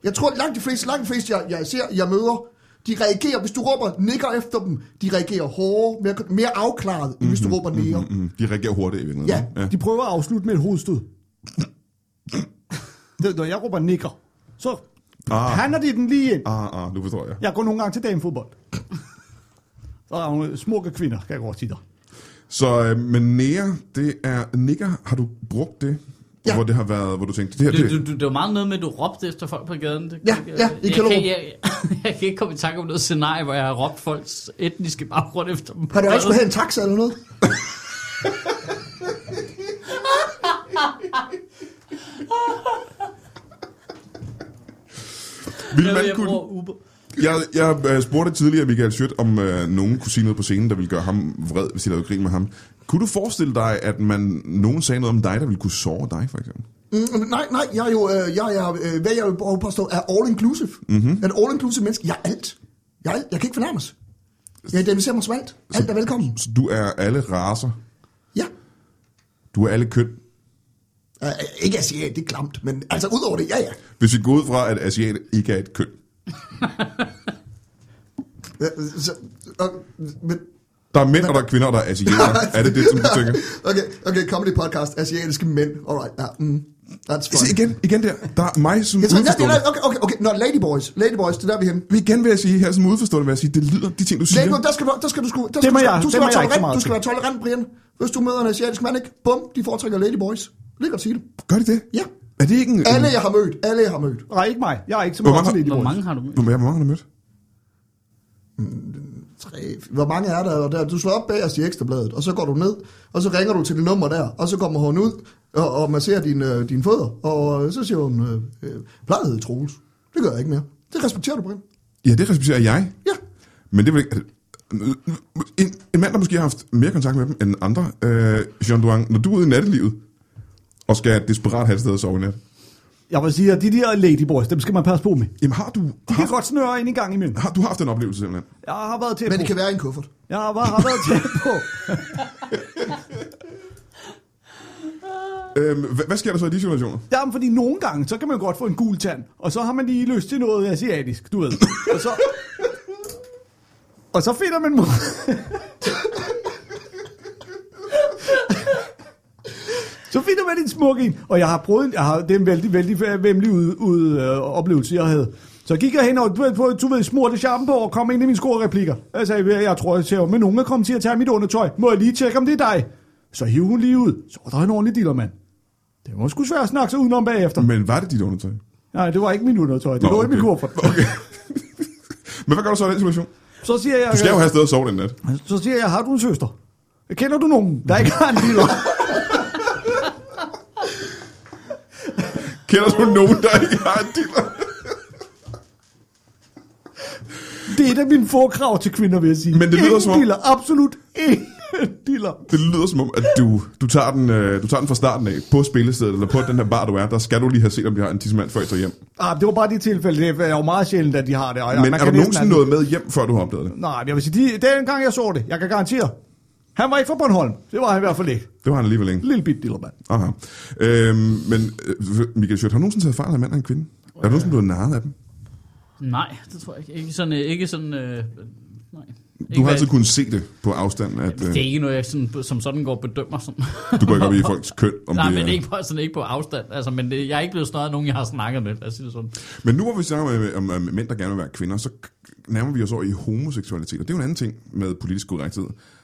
Speaker 4: Jeg tror, langt de fleste, langt de fleste jeg, jeg ser, jeg møder, de reagerer, hvis du råber nikker efter dem, de reagerer hårdere, mere, mere afklaret, end hvis du råber nære. Mm-hmm.
Speaker 1: Mm, de reagerer hurtigt i virkeligheden.
Speaker 4: Ja.
Speaker 3: De prøver at afslutte med et hovedstød. Det- Når jeg råber nikker, så
Speaker 1: Ah.
Speaker 3: ah. pander de den lige ind.
Speaker 1: Ah, ah, nu forstår jeg.
Speaker 3: Jeg går nogle gange til damefodbold. Så er der nogle smukke kvinder, kan jeg godt sige dig.
Speaker 1: Så, øh, men nære, det er nikker. Har du brugt det?
Speaker 4: Ja.
Speaker 1: Hvor det har været, hvor du tænkte, det her,
Speaker 2: Du,
Speaker 1: det,
Speaker 2: du, du, det var meget noget med, at du råbte efter folk på gaden. Det
Speaker 4: Ja, ja, i
Speaker 2: jeg,
Speaker 4: Kjellerup.
Speaker 2: kan, jeg, jeg kan ikke komme i tanke om noget scenarie, hvor jeg har råbt folks etniske baggrund efter dem.
Speaker 4: Har du også skulle have en taxa eller noget?
Speaker 1: vil
Speaker 2: Jeg,
Speaker 1: man
Speaker 2: jeg
Speaker 1: kunne...
Speaker 2: bruger Uber.
Speaker 1: Jeg, jeg øh, spurgte tidligere Michael Schødt, om øh, nogen kunne sige noget på scenen, der ville gøre ham vred, hvis de lavede grin med ham. Kunne du forestille dig, at man nogen sagde noget om dig, der ville kunne såre dig, for eksempel?
Speaker 4: Mm, nej, nej, jeg er jo, øh, jeg, jeg, øh, hvad jeg vil prøve at påstå, er all-inclusive. Mm-hmm. En all-inclusive menneske. Jeg er alt. Jeg er alt. Jeg kan ikke fornærmes. Jeg identificerer mig som alt. Alt er velkommen.
Speaker 1: Så du er alle raser,
Speaker 4: Ja.
Speaker 1: du er alle køn.
Speaker 4: Øh, ikke at sige, at det er klamt, men altså ud over det, ja, ja.
Speaker 1: Hvis vi går ud fra, at asiat ikke er et køn.
Speaker 4: Øh, Så, og, men,
Speaker 1: Der er mænd, og der er kvinder, og der er asiater. er det det, som du tænker?
Speaker 4: okay, okay, comedy podcast, asiatiske mænd. Alright, ja. Mm, that's
Speaker 1: Se,
Speaker 4: fine.
Speaker 1: igen, igen der. Der er mig som
Speaker 4: Jeg tror, nej, nej,
Speaker 1: udforstående.
Speaker 4: nej, okay, okay, okay. Nå, Ladyboys. Ladyboys, det er der, vi er henne.
Speaker 1: Vi igen vil jeg sige her som udforstående, vil jeg sige, det lyder de ting, du siger.
Speaker 4: Ladyboys, der skal du, der skal du sgu, der
Speaker 3: Det
Speaker 4: skal
Speaker 3: må
Speaker 4: du,
Speaker 3: jeg-
Speaker 4: du skal
Speaker 3: det må
Speaker 4: være
Speaker 3: jeg ikke så
Speaker 4: tolerant,
Speaker 3: meget
Speaker 4: du skal være tolerant, Brian. Hvis du møder en asiatisk mand, ikke? Bum, de foretrækker Ladyboys. Det kan du sige det.
Speaker 1: Gør de det?
Speaker 4: Ja.
Speaker 1: Er det ikke en...
Speaker 4: Alle, jeg har mødt. Alle, jeg har mødt.
Speaker 3: Nej, ikke mig. Jeg er ikke så
Speaker 1: Hvor
Speaker 3: meget
Speaker 1: mange-
Speaker 3: til Lady
Speaker 2: Hvor
Speaker 3: Boys.
Speaker 2: mange har du mødt?
Speaker 1: Hvor hvor mange har du mødt?
Speaker 4: Tre. Hvor mange er der? Og der? Du slår op bagerst i Ekstrabladet, og så går du ned, og så ringer du til det nummer der, og så kommer hun ud og, og masserer dine øh, din fødder, og øh, så siger hun, øh, øh, plejet Troels. Det gør jeg ikke mere. Det respekterer du, Brian.
Speaker 1: Ja, det respekterer jeg.
Speaker 4: Ja.
Speaker 1: Men det vil ikke... En, en mand, der måske har haft mere kontakt med dem end andre, øh, Jean Duang, når du er ude i nattelivet, og skal desperat have et sted at sove i nat,
Speaker 3: Jeg vil sige, at de der ladyboys, dem skal man passe på med.
Speaker 1: jamen har du,
Speaker 3: De kan
Speaker 1: har,
Speaker 3: godt snøre ind i gang imellem.
Speaker 1: har, du har haft en oplevelse simpelthen?
Speaker 3: Jeg har været tæt
Speaker 4: Men
Speaker 3: på.
Speaker 4: det kan være i en kuffert.
Speaker 3: Jeg har, har været tæt på.
Speaker 1: Øhm, hvad, hvad sker der så i de situationer?
Speaker 3: Jamen, fordi nogle gange, så kan man godt få en gul tand, og så har man lige lyst til noget asiatisk, du ved. Og så, og så finder man mod... Så finder man en smuk en, og jeg har prøvet en, jeg har, det er en vældig, vældig vemmelig ud, ud, øh, oplevelse, jeg havde. Så gik jeg hen og, du ved, på- du ved smurte shampoo og kom ind i mine skoreplikker. Jeg sagde, jeg tror, jeg ser, men nogen er kommet til at tage mit undertøj. Må jeg lige tjekke, om det er dig? Så hiv hun lige ud. Så var der en ordentlig dealermand. Det var sgu svært at snakke sig udenom bagefter.
Speaker 1: Men var det dit undertøj?
Speaker 3: Nej, det var ikke min undertøj. Det
Speaker 1: Mm. Nå,
Speaker 3: lå i min
Speaker 1: okay.
Speaker 3: kuffert.
Speaker 1: Okay. Men hvad gør du så i den situation?
Speaker 3: Så siger jeg,
Speaker 1: Du skal jo have et sted at sove den nat.
Speaker 3: så siger jeg, har du en søster? Kender du nogen, der ikke har en dealer?
Speaker 1: Kender du nogen, der ikke har en dealer?
Speaker 3: Det er et af mine få krav til kvinder, vil jeg sige.
Speaker 1: Men det lyder
Speaker 3: ingen
Speaker 1: som om-
Speaker 3: dealer, absolut ingen dealer.
Speaker 1: Det lyder som om, at du, du, tager den, øh, du tager den fra starten af på spillestedet, eller på den her bar, du er. Der skal du lige have set, om de har en tissemand, før I tager hjem.
Speaker 3: Ah, det var bare det tilfælde. Det er jo meget sjældent, at de har det. Og
Speaker 1: Men
Speaker 3: man
Speaker 1: er
Speaker 3: kan
Speaker 1: du
Speaker 3: næsten
Speaker 1: nogensinde
Speaker 3: aldrig-
Speaker 1: nået med hjem, før du har opdaget det?
Speaker 3: Nej, men jeg vil sige, de, den gang jeg så det, jeg kan garantere, han var ikke fra Bornholm. Det var han i hvert fald ikke.
Speaker 1: Det var han alligevel ikke.
Speaker 3: Lille bit dealermand.
Speaker 1: Aha. Øhm, men øh, Michael Schødt, har du nogensinde taget fejl af en mand og en kvinde? Er du nogensinde blevet narret af dem?
Speaker 2: Nej, det tror jeg ikke. Ikke sådan... øh, Ikke sådan øh,
Speaker 1: Du
Speaker 2: nej. Ikke
Speaker 1: har altså-
Speaker 2: hvad-
Speaker 1: altid kunnet se det på afstand, at øh,
Speaker 2: Det er ikke noget, jeg sådan, som sådan går og bedømmer. Sådan.
Speaker 1: du går ikke op i folks køn. Om
Speaker 2: Nej,
Speaker 1: det,
Speaker 2: men
Speaker 1: er-
Speaker 2: ikke på, sådan, ikke på afstand. Altså, men det, jeg er ikke blevet snøjet af nogen, jeg har snakket med. Lad os sige det sådan.
Speaker 1: men nu hvor vi snakker om, øh, om, om mænd, der gerne vil være kvinder, så k- nærmer vi os over i homoseksualitet. Og det er jo en anden ting med politisk korrekthed.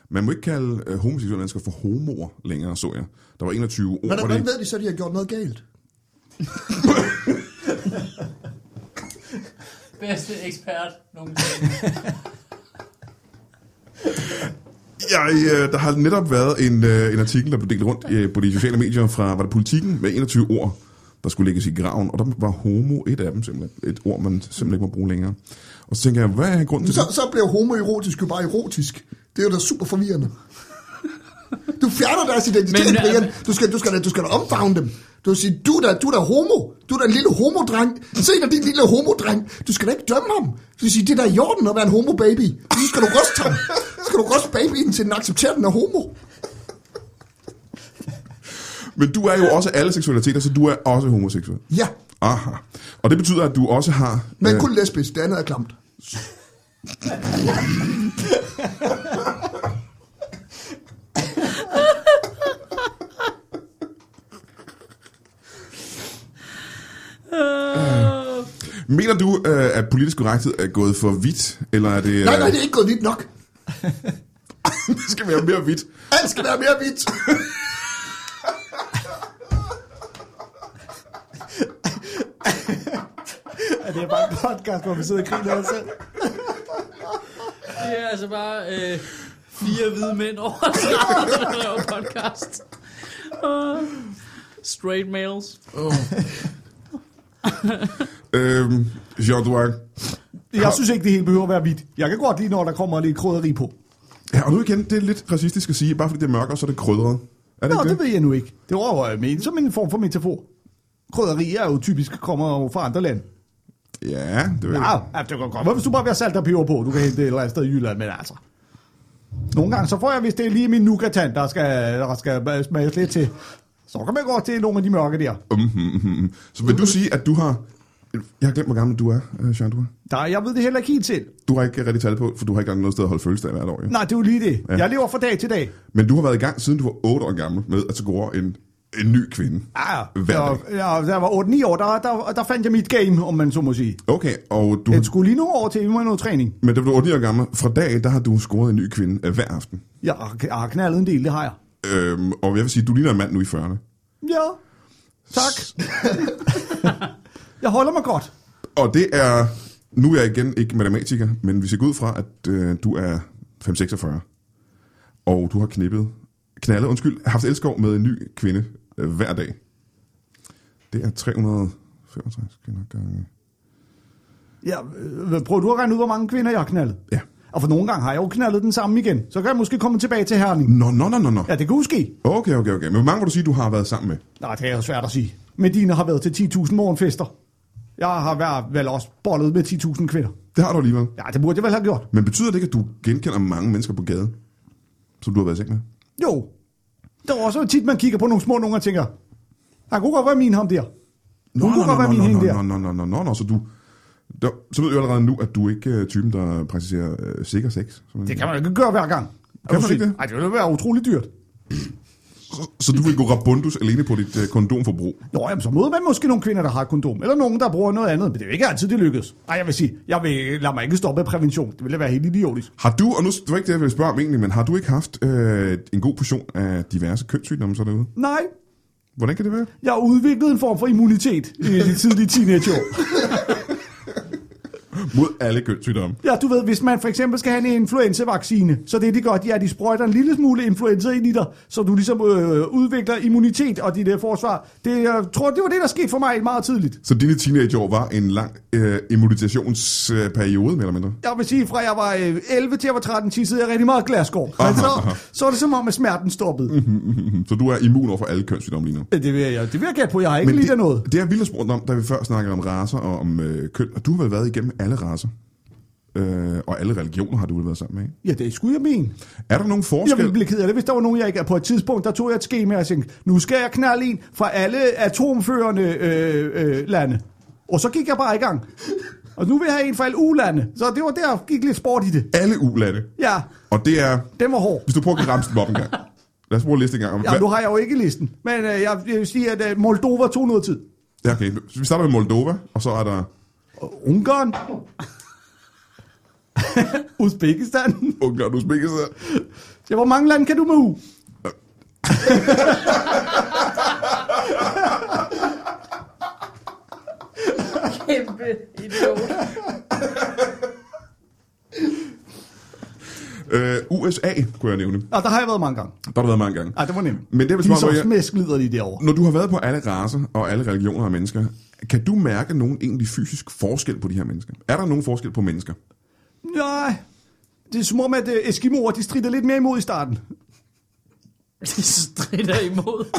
Speaker 1: Man må ikke kalde øh, homoseksuelle mennesker for homoer længere, så jeg. Der var 21 ord,
Speaker 4: Hvordan,
Speaker 1: hvor
Speaker 4: hvordan
Speaker 1: det...
Speaker 4: ved de så, at de har gjort noget galt?
Speaker 2: Bedste ekspert nogensinde.
Speaker 1: Jeg, øh, der har netop været en, øh, en artikel, der blev delt rundt øh, på de sociale medier fra, var det politikken, med 21 ord, der skulle lægges i graven, og der var homo et af dem simpelthen. Et ord, man simpelthen ikke må bruge længere. Og så tænker jeg, hvad er grunden til
Speaker 4: Så,
Speaker 1: det?
Speaker 4: så bliver homoerotisk jo bare erotisk. Det er jo da super forvirrende. Du fjerner deres identitet,
Speaker 2: Men,
Speaker 4: Men,
Speaker 2: øh,
Speaker 4: Brian. Du skal, du skal, da- du skal da omfavne dem. Du vil sige, du er da, du er da homo. Du er da en lille homodreng. Se dig, din lille homodreng. Du skal da ikke dømme ham. Du vil sige, det er da i orden at være en homobaby. Så skal du ryste ham. Så skal du ryste babyen til den accepterer, den er homo.
Speaker 1: Men du er jo også alle seksualiteter, så du er også homoseksuel.
Speaker 4: Ja,
Speaker 1: Aha. Og det betyder, at du også har... øh,
Speaker 4: men kun lesbisk. Det andet er klamt.
Speaker 1: Mener du, øh, at politisk korrekthed er gået for vidt, eller er det...
Speaker 4: Nej, nej, det er ikke gået vidt nok.
Speaker 1: det skal være mere vidt.
Speaker 4: Alt skal være mere hvidt.
Speaker 3: Ja, det er bare en podcast, hvor vi sidder og griner os selv.
Speaker 2: Det er altså bare øh, fire hvide mænd over 30, der laver podcast. Uh, straight males.
Speaker 1: Øhm, Jean Duang,
Speaker 3: Jeg synes ikke, det hele behøver at være hvidt. Jeg kan godt lide, når der kommer lidt krydderi på.
Speaker 1: Ja, og nu igen, det er lidt racistisk at sige, bare fordi det er mørkere, så er det krydret. Er det
Speaker 3: Nå,
Speaker 1: ikke
Speaker 3: det ved jeg nu ikke. Det var jo men, som en form for metafor. Krydderi er jo typisk kommer jo fra andre lande.
Speaker 1: Ja, det ved jeg.
Speaker 3: Ja, ja, det kan godt. Hvorfor du bare vil have salt og peber på? Du kan hente det et eller andet sted i Jylland, men altså. Nogle gange, så får jeg, hvis det er lige min nougatand, der skal, der skal smages lidt til. Så kan man gå til nogle af de mørke der.
Speaker 1: Mm-hmm, mm-hmm. Så vil du sige, at du har... Jeg har glemt, hvor gammel du er, øh, Søren, du er.
Speaker 3: Der, jeg ved det heller ikke helt til.
Speaker 1: Du har ikke rigtig tal på, for du har ikke engang noget sted at holde fødselsdag hvert år. Ja.
Speaker 3: Nej, det er jo lige det.
Speaker 1: Ja.
Speaker 3: Ja. Jeg lever fra dag til dag.
Speaker 1: Men du har været i gang, siden du var 8 år gammel, med at score en, en ny kvinde.
Speaker 3: Ah,
Speaker 1: Hver
Speaker 3: så, ja, da jeg var 8-9 år, der, der, der, fandt jeg mit game, om man så må sige.
Speaker 1: Okay, og du...
Speaker 3: Jeg skulle lige nogle år til, vi må have noget træning.
Speaker 1: Men da du var 8 år gammel, fra dag, der har du scoret en ny kvinde øh, hver aften.
Speaker 3: Jeg har- jeg har knaldet en del, det har jeg.
Speaker 1: Øhm, og jeg vil sige, du ligner en mand nu i 40'erne.
Speaker 3: Ja, tak. jeg holder mig godt.
Speaker 1: Og det er... Nu er jeg igen ikke matematiker, men vi ser ud fra, at øh, du er 546. Og du har knippet... Knaldet, undskyld, haft elskov med en ny kvinde øh, hver dag. Det er 365 kvinder gange...
Speaker 3: Ja, øh, prøver du at regne ud, hvor mange kvinder jeg har knaldet?
Speaker 1: Ja.
Speaker 3: Og for nogle gange har jeg jo knaldet den samme igen. Så kan jeg måske komme tilbage til Herning.
Speaker 1: Nå, nå, nå, nå, nå.
Speaker 3: Ja, det kan ske.
Speaker 1: Okay, okay, okay. Men hvor mange vil du sige, du har været sammen med?
Speaker 3: Nej, det er jo svært at sige. Medina har været til 10.000 morgenfester. Jeg har været, vel også bollet med 10.000 kvinder.
Speaker 1: Det har du alligevel.
Speaker 3: Ja, det burde jeg vel have gjort.
Speaker 1: Men betyder det ikke, at du genkender mange mennesker på gaden, som du har været i seng med?
Speaker 3: Jo. Der er også tit, man kigger på nogle små nogen og tænker, han kunne godt være min ham der.
Speaker 1: Nå,
Speaker 3: kunne
Speaker 1: nå,
Speaker 3: godt
Speaker 1: nå,
Speaker 3: være min
Speaker 1: nå,
Speaker 3: hende
Speaker 1: nå, nå,
Speaker 3: der.
Speaker 1: nå, nå, nå, nå, nå, så du... Der, så ved jeg allerede nu, at du ikke er typen, der praktiserer øh, sikker sex. som man
Speaker 3: Det
Speaker 1: siger.
Speaker 3: kan man jo ikke gøre hver gang. Er
Speaker 1: Kan
Speaker 3: du
Speaker 1: man ikke
Speaker 3: sind-
Speaker 1: det?
Speaker 3: Ej, det ville være utrolig dyrt.
Speaker 1: Så, så du vil gå rabundus alene på dit øh, kondomforbrug?
Speaker 3: Nå, jamen, så møder man måske nogle kvinder, der har et kondom, eller nogen, der bruger noget andet, men det er jo ikke altid, det lykkes. Ej, jeg vil sige, jeg vil, lad mig ikke stoppe af prævention. Det ville da være helt idiotisk.
Speaker 1: Har du, og nu det var ikke det, jeg ville spørge om egentlig, men har du ikke haft øh, en god portion af diverse kønssygdomme så derude?
Speaker 3: Nej,
Speaker 1: Hvordan kan det være?
Speaker 3: jeg har udviklet en form for immunitet i de tidlige teenageår.
Speaker 1: Mod alle kønssygdomme.
Speaker 3: Ja, du ved, hvis man for eksempel skal have en influenzavaccine, så det de gør, de er, at de sprøjter en lille smule influenza ind i dig, så du ligesom øh, udvikler immunitet og dit øh, forsvar. Det, jeg tror, det var det, der skete for mig meget tidligt.
Speaker 1: Så dine teenageår var en lang øh, immunisationsperiode, mere eller mindre?
Speaker 3: Jeg vil sige, fra jeg var øh, 11 til jeg var 13, tissede jeg rigtig meget glasgård. Men så, så er det som om, at smerten stoppede.
Speaker 1: Hmm. Så du er immun over for alle kønssygdomme lige nu?
Speaker 3: Ja, Det vil jeg, det vil jeg gætte på. Jeg har ikke lidt
Speaker 1: det,
Speaker 3: af noget.
Speaker 1: det har Vildt spurgt om, da vi før snakkede om raser og om øh, køn, og du har vel været igennem alle raser. Øh, og alle religioner har du vel været sammen med. ikke?
Speaker 3: Ja, det skulle jeg mene.
Speaker 1: Er der nogen
Speaker 3: Jeg
Speaker 1: forskel?
Speaker 3: ville blive ked af det, hvis der var nogen, jeg ikke er. På et tidspunkt, der tog jeg et skema og tænkte, nu skal jeg knalde en fra alle atomførende øh, øh, lande. Og så gik jeg bare i gang. Og nu vil jeg have en fra alle ulande. Så det var der, jeg gik lidt sport i det.
Speaker 1: Alle ulande.
Speaker 3: Ja,
Speaker 1: Og det er,
Speaker 3: den var hård.
Speaker 1: hvis du prøver at ramse dem op en gang. Lad os bruge listen en gang.
Speaker 3: Ja, nu har jeg jo ikke listen. Men øh, jeg, jeg vil sige, at øh, Moldova tog noget tid.
Speaker 1: ja, okay. Så Vi starter med Moldova, og så er der...
Speaker 3: Og Ungarn. Uzbekistan.
Speaker 1: Ungarn, Uzbekistan.
Speaker 3: Ja, hvor mange lande kan du med U?
Speaker 5: Kæmpe idiot.
Speaker 1: Øh, USA, kunne jeg nævne.
Speaker 3: Og der har jeg været mange gange.
Speaker 1: Der har du været mange gange.
Speaker 3: Ah, det var nemt.
Speaker 1: Men det er vel
Speaker 3: De
Speaker 1: som om,
Speaker 3: så
Speaker 1: jeg-
Speaker 3: smæsklider de derovre.
Speaker 1: Når du har været på alle raser og alle religioner og mennesker, kan du mærke nogen egentlig fysisk forskel på de her mennesker? Er der nogen forskel på mennesker?
Speaker 3: Nej, det er som om, at øh, Eskimoer, de strider lidt mere imod i starten.
Speaker 2: Det strider imod.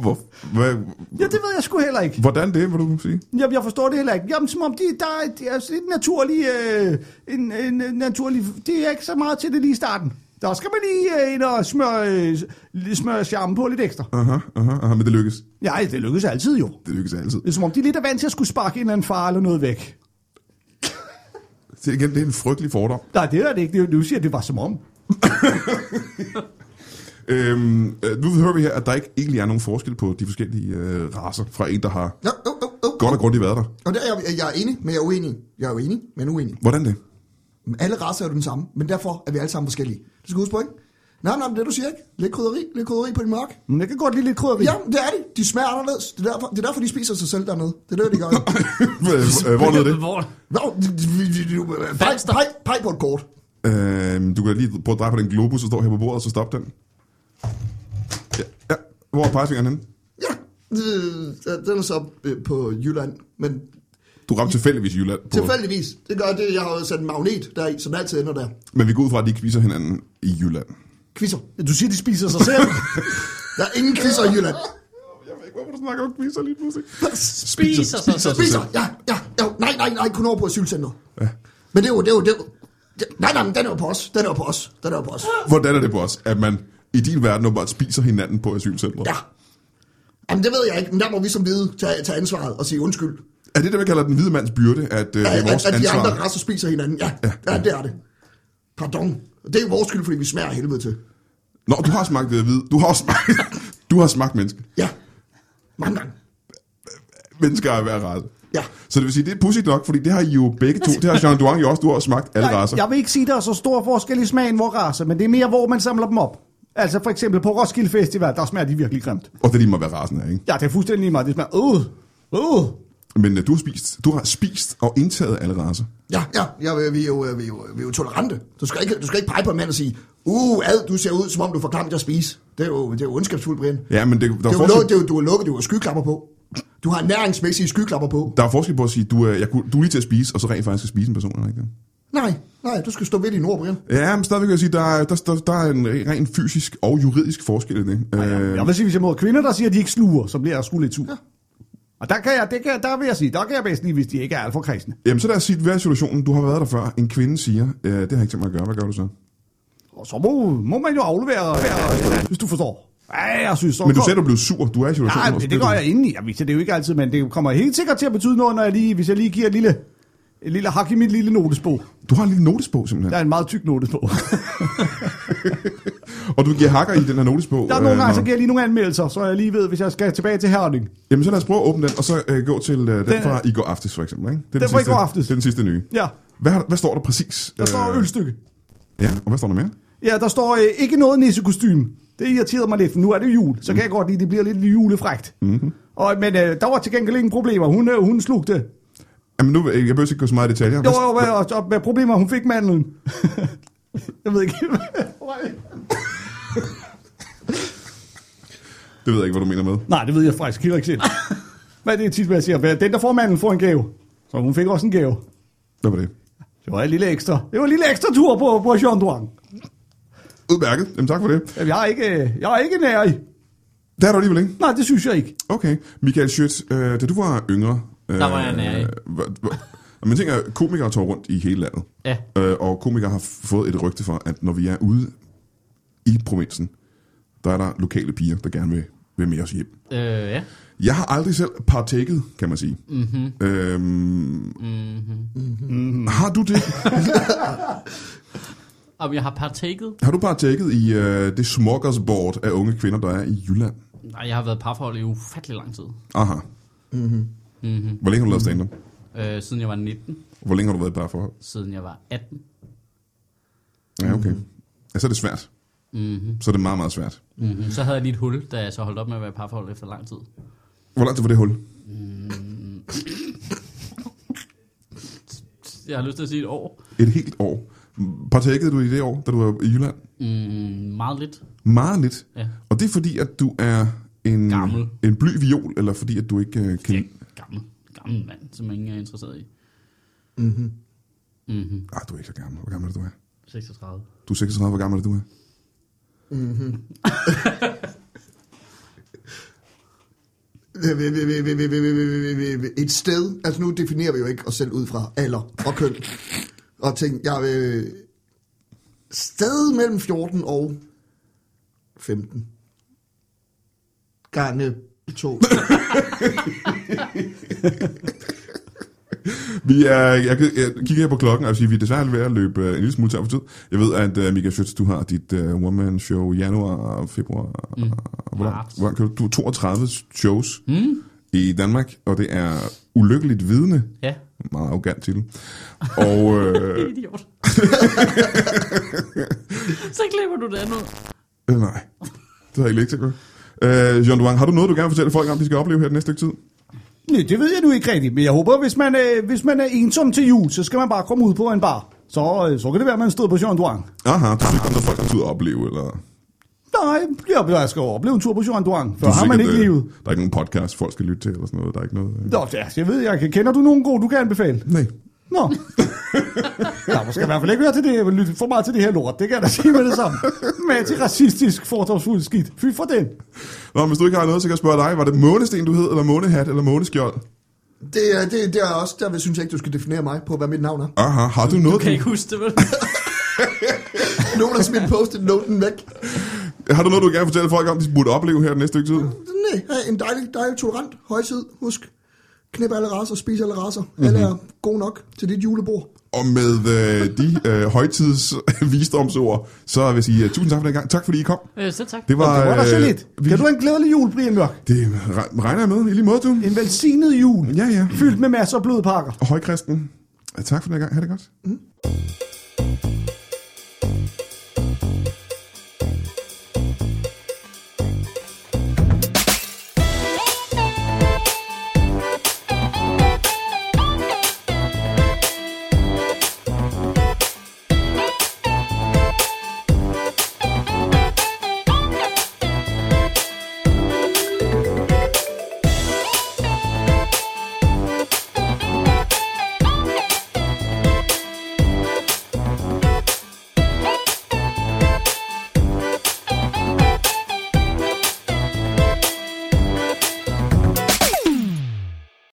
Speaker 1: Hvor, hvad,
Speaker 3: Ja, det ved jeg sgu heller ikke.
Speaker 1: hvordan det, vil du sige?
Speaker 3: Jeg, jeg forstår det heller ikke. Jamen, som om de, der er, de er sådan lidt naturlige, øh, en, en, en naturlig, det er ikke så meget til det lige i starten. Der skal man lige øh, ind og smøre, øh, lidt- smøre charmen på lidt ekstra.
Speaker 1: Aha, aha, aha, men det lykkes.
Speaker 3: Ja, det lykkes altid jo.
Speaker 1: Det lykkes altid.
Speaker 3: Det er som om, de er lidt er vant til at skulle sparke en eller anden far eller noget væk.
Speaker 1: Det, igen, det er en frygtelig fordom.
Speaker 3: Nej, det er det ikke. Det er jo- Nu siger jeg, det var som om.
Speaker 1: Øhm, øh, nu hører vi her, at der ikke egentlig er nogen forskel på de forskellige øh, raser fra en, der har
Speaker 4: Jo, jo, jo, jo.
Speaker 1: godt og grundigt været der.
Speaker 4: Og der er jeg, jeg er enig, men jeg er uenig. Jeg er uenig, men uenig.
Speaker 1: Hvordan det?
Speaker 4: Men Alle raser er jo den samme, men derfor er vi alle sammen forskellige. Det skal du huske på, ikke? Nej, nej, men det du siger, ikke? Lidt krydderi, lidt krydderi på din mørk.
Speaker 3: Men jeg kan godt lide lidt krydderi.
Speaker 4: Ja, det er det. De smager anderledes. Det er derfor, det er derfor de spiser sig selv dernede. Det er det, de gør.
Speaker 1: Øh, øh, Hvor er det?
Speaker 2: Hvor?
Speaker 4: Nå, de- de- de- de- de- peg, peg, peg på et kort.
Speaker 1: Øhm, du kan lige prøve at dreje på den globus, der står her på bordet, og så stop den. Ja, ja. Hvor er pegefingeren henne?
Speaker 4: Ja, øh, den er så øh, på Jylland, men
Speaker 1: Du ramte tilfældigvis Jylland. På,
Speaker 4: Tilfældigvis. Det gør det, jeg har jo sat en magnet deri, som altid ender der.
Speaker 1: men vi går ud fra, at de quizzer hinanden i Jylland.
Speaker 4: Quizzer.
Speaker 3: Du siger, de spiser sig selv.
Speaker 4: Der er ingen quizzer i Jylland.
Speaker 1: Jeg ved ikke, hvorfor du snakker om quizzer lige pludselig.
Speaker 2: Spiser sig selv.
Speaker 4: Spiser. Ja, ja, ja. Nej, nej, nej. Kun over på asylcenteret. Ja. Men det er jo, det er jo, det er jo. det- Nej, nej, men den er jo på os. Den er jo på os. Den er jo på os.
Speaker 1: Hvordan er det på os, at man i din verden åbenbart spiser hinanden på asylcentret?
Speaker 4: Ja. Jamen, det ved jeg ikke, men der må vi som hvide tage, tage ansvaret og sige undskyld.
Speaker 1: Er det det, man kalder den hvide mands byrde, at øh, det er
Speaker 4: At,
Speaker 1: vores
Speaker 4: at, at de
Speaker 1: ansvar?
Speaker 4: andre raser spiser hinanden. Ja, ja, ja, det er det. Pardon. Det er jo vores skyld, fordi vi smager af helvede til.
Speaker 1: Nå, du har smagt det hvide. Du har også smagt, du har smagt menneske.
Speaker 4: Ja. Mange gange.
Speaker 1: Mennesker er hver race.
Speaker 4: Ja.
Speaker 1: Så det vil sige, det er pudsigt nok, fordi det har I jo begge to. Det har Jean Duang jo også. Du har smagt alle racer.
Speaker 3: Jeg vil ikke sige, der er så stor forskel i smagen, hvor race, men det er mere, hvor man samler dem op. Altså for eksempel på Roskilde Festival, der smager de virkelig grimt.
Speaker 1: Og det er lige meget, hvad racen er, ikke?
Speaker 3: Ja, det er fuldstændig lige meget. Det smager, øh, øh.
Speaker 1: Men øh, du, har spist, du har spist og indtaget alle racer.
Speaker 4: Ja, ja, ja vi, vi, er jo, vi, er jo, vi er jo tolerante. Du skal, ikke, du skal ikke pege på en mand og sige, uh, ad, du ser ud, som om du får klamt at spise. Det er jo, det er jo ondskabsfuldt, Brian. Det
Speaker 1: Ja, men det, der, er
Speaker 4: er jo, lukket,
Speaker 1: forskel,
Speaker 4: det er jo, du er lukket, du har skyklapper på. Du har næringsmæssige skyklapper på.
Speaker 1: der er forskel på at sige, du, øh, jeg, kunne- du er lige til at spise, og så rent faktisk at spise en person, eller ikke det?
Speaker 4: Nej, nej, du skal stå ved dine ord, Brian.
Speaker 1: Ja, men stadigvæk vil jeg sige, der, er- der, der, der er en rent fysisk og juridisk forskel i det. Øh,
Speaker 3: Jeg vil sige, hvis jeg møder kvinder, der siger, at de ikke sluger, så bliver jeg sgu lidt sur. Og der, kan jeg, det kan, der vil jeg sige, der kan jeg bedst lide, hvis de ikke er alt for kristne.
Speaker 1: Jamen, så lad os sige, hvad er situationen? Du har været der før. En kvinde siger, øh, det har jeg ikke tænkt mig at gøre. Hvad gør du så?
Speaker 3: Og så må, må man jo aflevere, hvis du forstår. Ja, jeg synes så
Speaker 1: Men du
Speaker 3: godt.
Speaker 1: sagde, du blev sur. Du er i situationen.
Speaker 3: Nej,
Speaker 1: og så
Speaker 3: men det
Speaker 1: bliver
Speaker 3: gør
Speaker 1: du-
Speaker 3: jeg indeni. Jeg viser det jo ikke altid, men det kommer helt sikkert til at betyde noget, når jeg lige, hvis jeg lige giver et lille, et lille hak i mit lille notesbog.
Speaker 1: Du har en lille notesbog, simpelthen.
Speaker 3: Der er en meget tyk notesbog.
Speaker 1: Og du giver hakker i den her notesbog.
Speaker 3: Der er nogle
Speaker 1: øh,
Speaker 3: gange, så
Speaker 1: når-
Speaker 3: giver jeg lige nogle anmeldelser, så jeg lige ved, hvis jeg skal tilbage til Herning.
Speaker 1: Jamen, så lad os prøve at åbne den, og så øh, gå til øh, den,
Speaker 3: Den-
Speaker 1: fra i går aftes, for eksempel. Ikke? Det er
Speaker 3: Den fra i
Speaker 1: sidste-
Speaker 3: går aftes.
Speaker 1: Det er den sidste nye.
Speaker 3: Ja,
Speaker 1: Hvad, har- hvad står der præcis? Øh,
Speaker 3: der står ølstykke.
Speaker 1: Ja, og hvad står der mere?
Speaker 3: Ja, der står øh, ikke noget nissekostyme. Det irriterede mig lidt, for nu er det jo jul, så kan jeg godt lide, det bliver lidt julefrægt. Mm-hmm. Og, men øh, der var til gengæld ingen problemer. Hun, øh, hun slugte.
Speaker 1: Jamen, nu, jeg behøver ikke gå så meget i detaljer.
Speaker 3: Jo,
Speaker 1: Hvad-
Speaker 3: jo,
Speaker 1: hvad-
Speaker 3: og, og, og med problemer, hun fik mandlen. jeg ved ikke.
Speaker 1: Det ved jeg ikke, hvad du mener med.
Speaker 3: Nej, det ved jeg faktisk heller ikke selv. Hvad er det tit, hvad jeg siger? Hvad- Den, der får mandlen, får en gave. Så hun fik også en gave.
Speaker 1: Hvad var det?
Speaker 3: Det var en lille ekstra. Det var en lille ekstra tur på, på Jean Duang.
Speaker 1: Udmærket. Jamen, tak for det.
Speaker 3: Jamen, Jeg er ikke, øh, jeg er ikke nær i.
Speaker 1: Det er du alligevel ikke.
Speaker 3: Nej, det synes jeg ikke.
Speaker 1: Okay. Michael Schøtz, øh, da du var yngre... Øh,
Speaker 2: Der var jeg nær i.
Speaker 1: Øh, man tænker, at komikere tager rundt i hele landet.
Speaker 2: Ja.
Speaker 1: Øh, og komikere har fået et rygte for, at når vi er ude i provinsen, der er der lokale piger, der gerne vil, vil med os hjem.
Speaker 2: Øh, ja.
Speaker 1: Jeg har aldrig selv partaket, kan man sige. Mm-hmm. Øhm, mm-hmm. Har du det?
Speaker 2: Om jeg har partaket?
Speaker 1: Har du partaket i øh, det smorgasbord af unge kvinder, der er i Jylland?
Speaker 2: Nej, jeg har været parforhold i ufattelig lang tid.
Speaker 1: Aha. Mm-hmm.
Speaker 2: Mm-hmm.
Speaker 1: Hvor længe har du lavet stand-up?
Speaker 2: Øh, siden jeg var 19,
Speaker 1: Hvor længe har du været i parforhold?
Speaker 2: siden jeg var 18.
Speaker 1: Ja, okay. Ja, så er det svært.
Speaker 2: Mhm.
Speaker 1: Så er det meget, meget svært.
Speaker 2: Mm-hmm. Så havde jeg lige et hul, da jeg så holdt op med at være i parforhold efter lang tid.
Speaker 1: Hvor langt var det hul?
Speaker 2: Jeg har lyst til at sige et år.
Speaker 1: Et helt år. Partakede du i det år, da du var i Jylland?
Speaker 2: Mm, meget lidt.
Speaker 1: Meget lidt.
Speaker 2: Ja.
Speaker 1: Og det er fordi, at du er en,
Speaker 2: Gammel.
Speaker 1: en bly viol, eller fordi, at du ikke øh, kan...
Speaker 2: Ja, gammel. Gammel mand, som ingen er interesseret i. Mhm. Mhm.
Speaker 1: Ah, du er ikke så gammel. Hvor gammel er det, du er?
Speaker 2: 36.
Speaker 1: Du er 36, hvor gammel er det, du er?
Speaker 4: Et sted, altså nu definerer vi jo ikke os selv ud fra alder og køn, og ting, jeg vil sted mellem 14 og 15. Gange to.
Speaker 1: Vi er, jeg, kan- jeg kigger her på klokken, og jeg vil sige, vi er desværre ved at løbe øh, en lille smule tør for tid. Jeg ved, at uh, Michael Schütz, du har dit uh, one-man show i januar og februar. Mm. Hvor,
Speaker 2: Marts.
Speaker 1: hvor, kan du, du har 32 shows mm. i Danmark, og det er Ulykkeligt Vidne.
Speaker 2: Ja.
Speaker 1: Meget arrogant titel. Og øh,
Speaker 2: Idiot. så glemmer du det andet.
Speaker 1: øh, nej, det har jeg ikke tænkt mig. Øh, John Duang, har du noget, du gerne vil fortælle folk om, de skal opleve her det næste stykke tid?
Speaker 3: Nej, det ved jeg nu ikke rigtigt, men jeg håber, hvis man, øh, hvis man er ensom til jul, så skal man bare komme ud på en bar. Så, øh, så kan det være, at man stod på Jean Duang.
Speaker 1: Aha, der er ikke andre folk, der skal ud og opleve, eller...
Speaker 3: Nå, Nej, jeg, jeg skal opleve en tur på Johan Duang, for
Speaker 1: Du er
Speaker 3: har man
Speaker 1: sikkert,
Speaker 3: ikke
Speaker 1: øh,
Speaker 3: livet.
Speaker 1: Der er ikke nogen podcast, folk skal lytte til eller sådan noget. Der er ikke noget... øh.
Speaker 3: Nå, ja, jeg ved, jeg kan- kender du nogen god, du kan anbefale?
Speaker 1: Nej.
Speaker 3: Nå. Der måske i hvert fald ikke høre til det, her- lytte for meget til det her lort. Det kan jeg da sige med det samme. Men til racistisk, fordomsfuld skidt. Fy for den.
Speaker 1: Nå, men hvis du ikke har noget, så kan jeg spørge dig. Var det månesten, du hed, eller månehat, eller måneskjold?
Speaker 4: Det, er- det, det er også, der synes jeg ikke, du skal definere mig på, hvad mit navn er.
Speaker 1: Aha, har du noget,
Speaker 2: Du kan ikke huske det, vel?
Speaker 4: Nogen har smidt post-it noten væk.
Speaker 1: du, har du noget, du gerne vil fortælle folk om, de burde opleve her den næste stykke tid?
Speaker 4: Nej, ha' en dejlig, dejlig tolerant højtid. Husk, knip alle raser, spis alle raser. Alle er gode nok til dit julebord.
Speaker 1: Og med øh, de øh, højtidsvisdomsord, så vil jeg sige uh, tusind tak for den gang. Tak fordi I kom.
Speaker 2: Øh, selv tak.
Speaker 1: Det var,
Speaker 3: Det var da så
Speaker 1: øh,
Speaker 3: lidt. Kan du have en glædelig jul, Brian Mørk?
Speaker 1: Det re- regner jeg med, i lige måde, du.
Speaker 3: En velsignet jul,
Speaker 1: Ja, ja.
Speaker 3: fyldt med masser af blodpakker.
Speaker 1: Og højkristen, tak for den gang. Ha' det godt.
Speaker 4: Mm.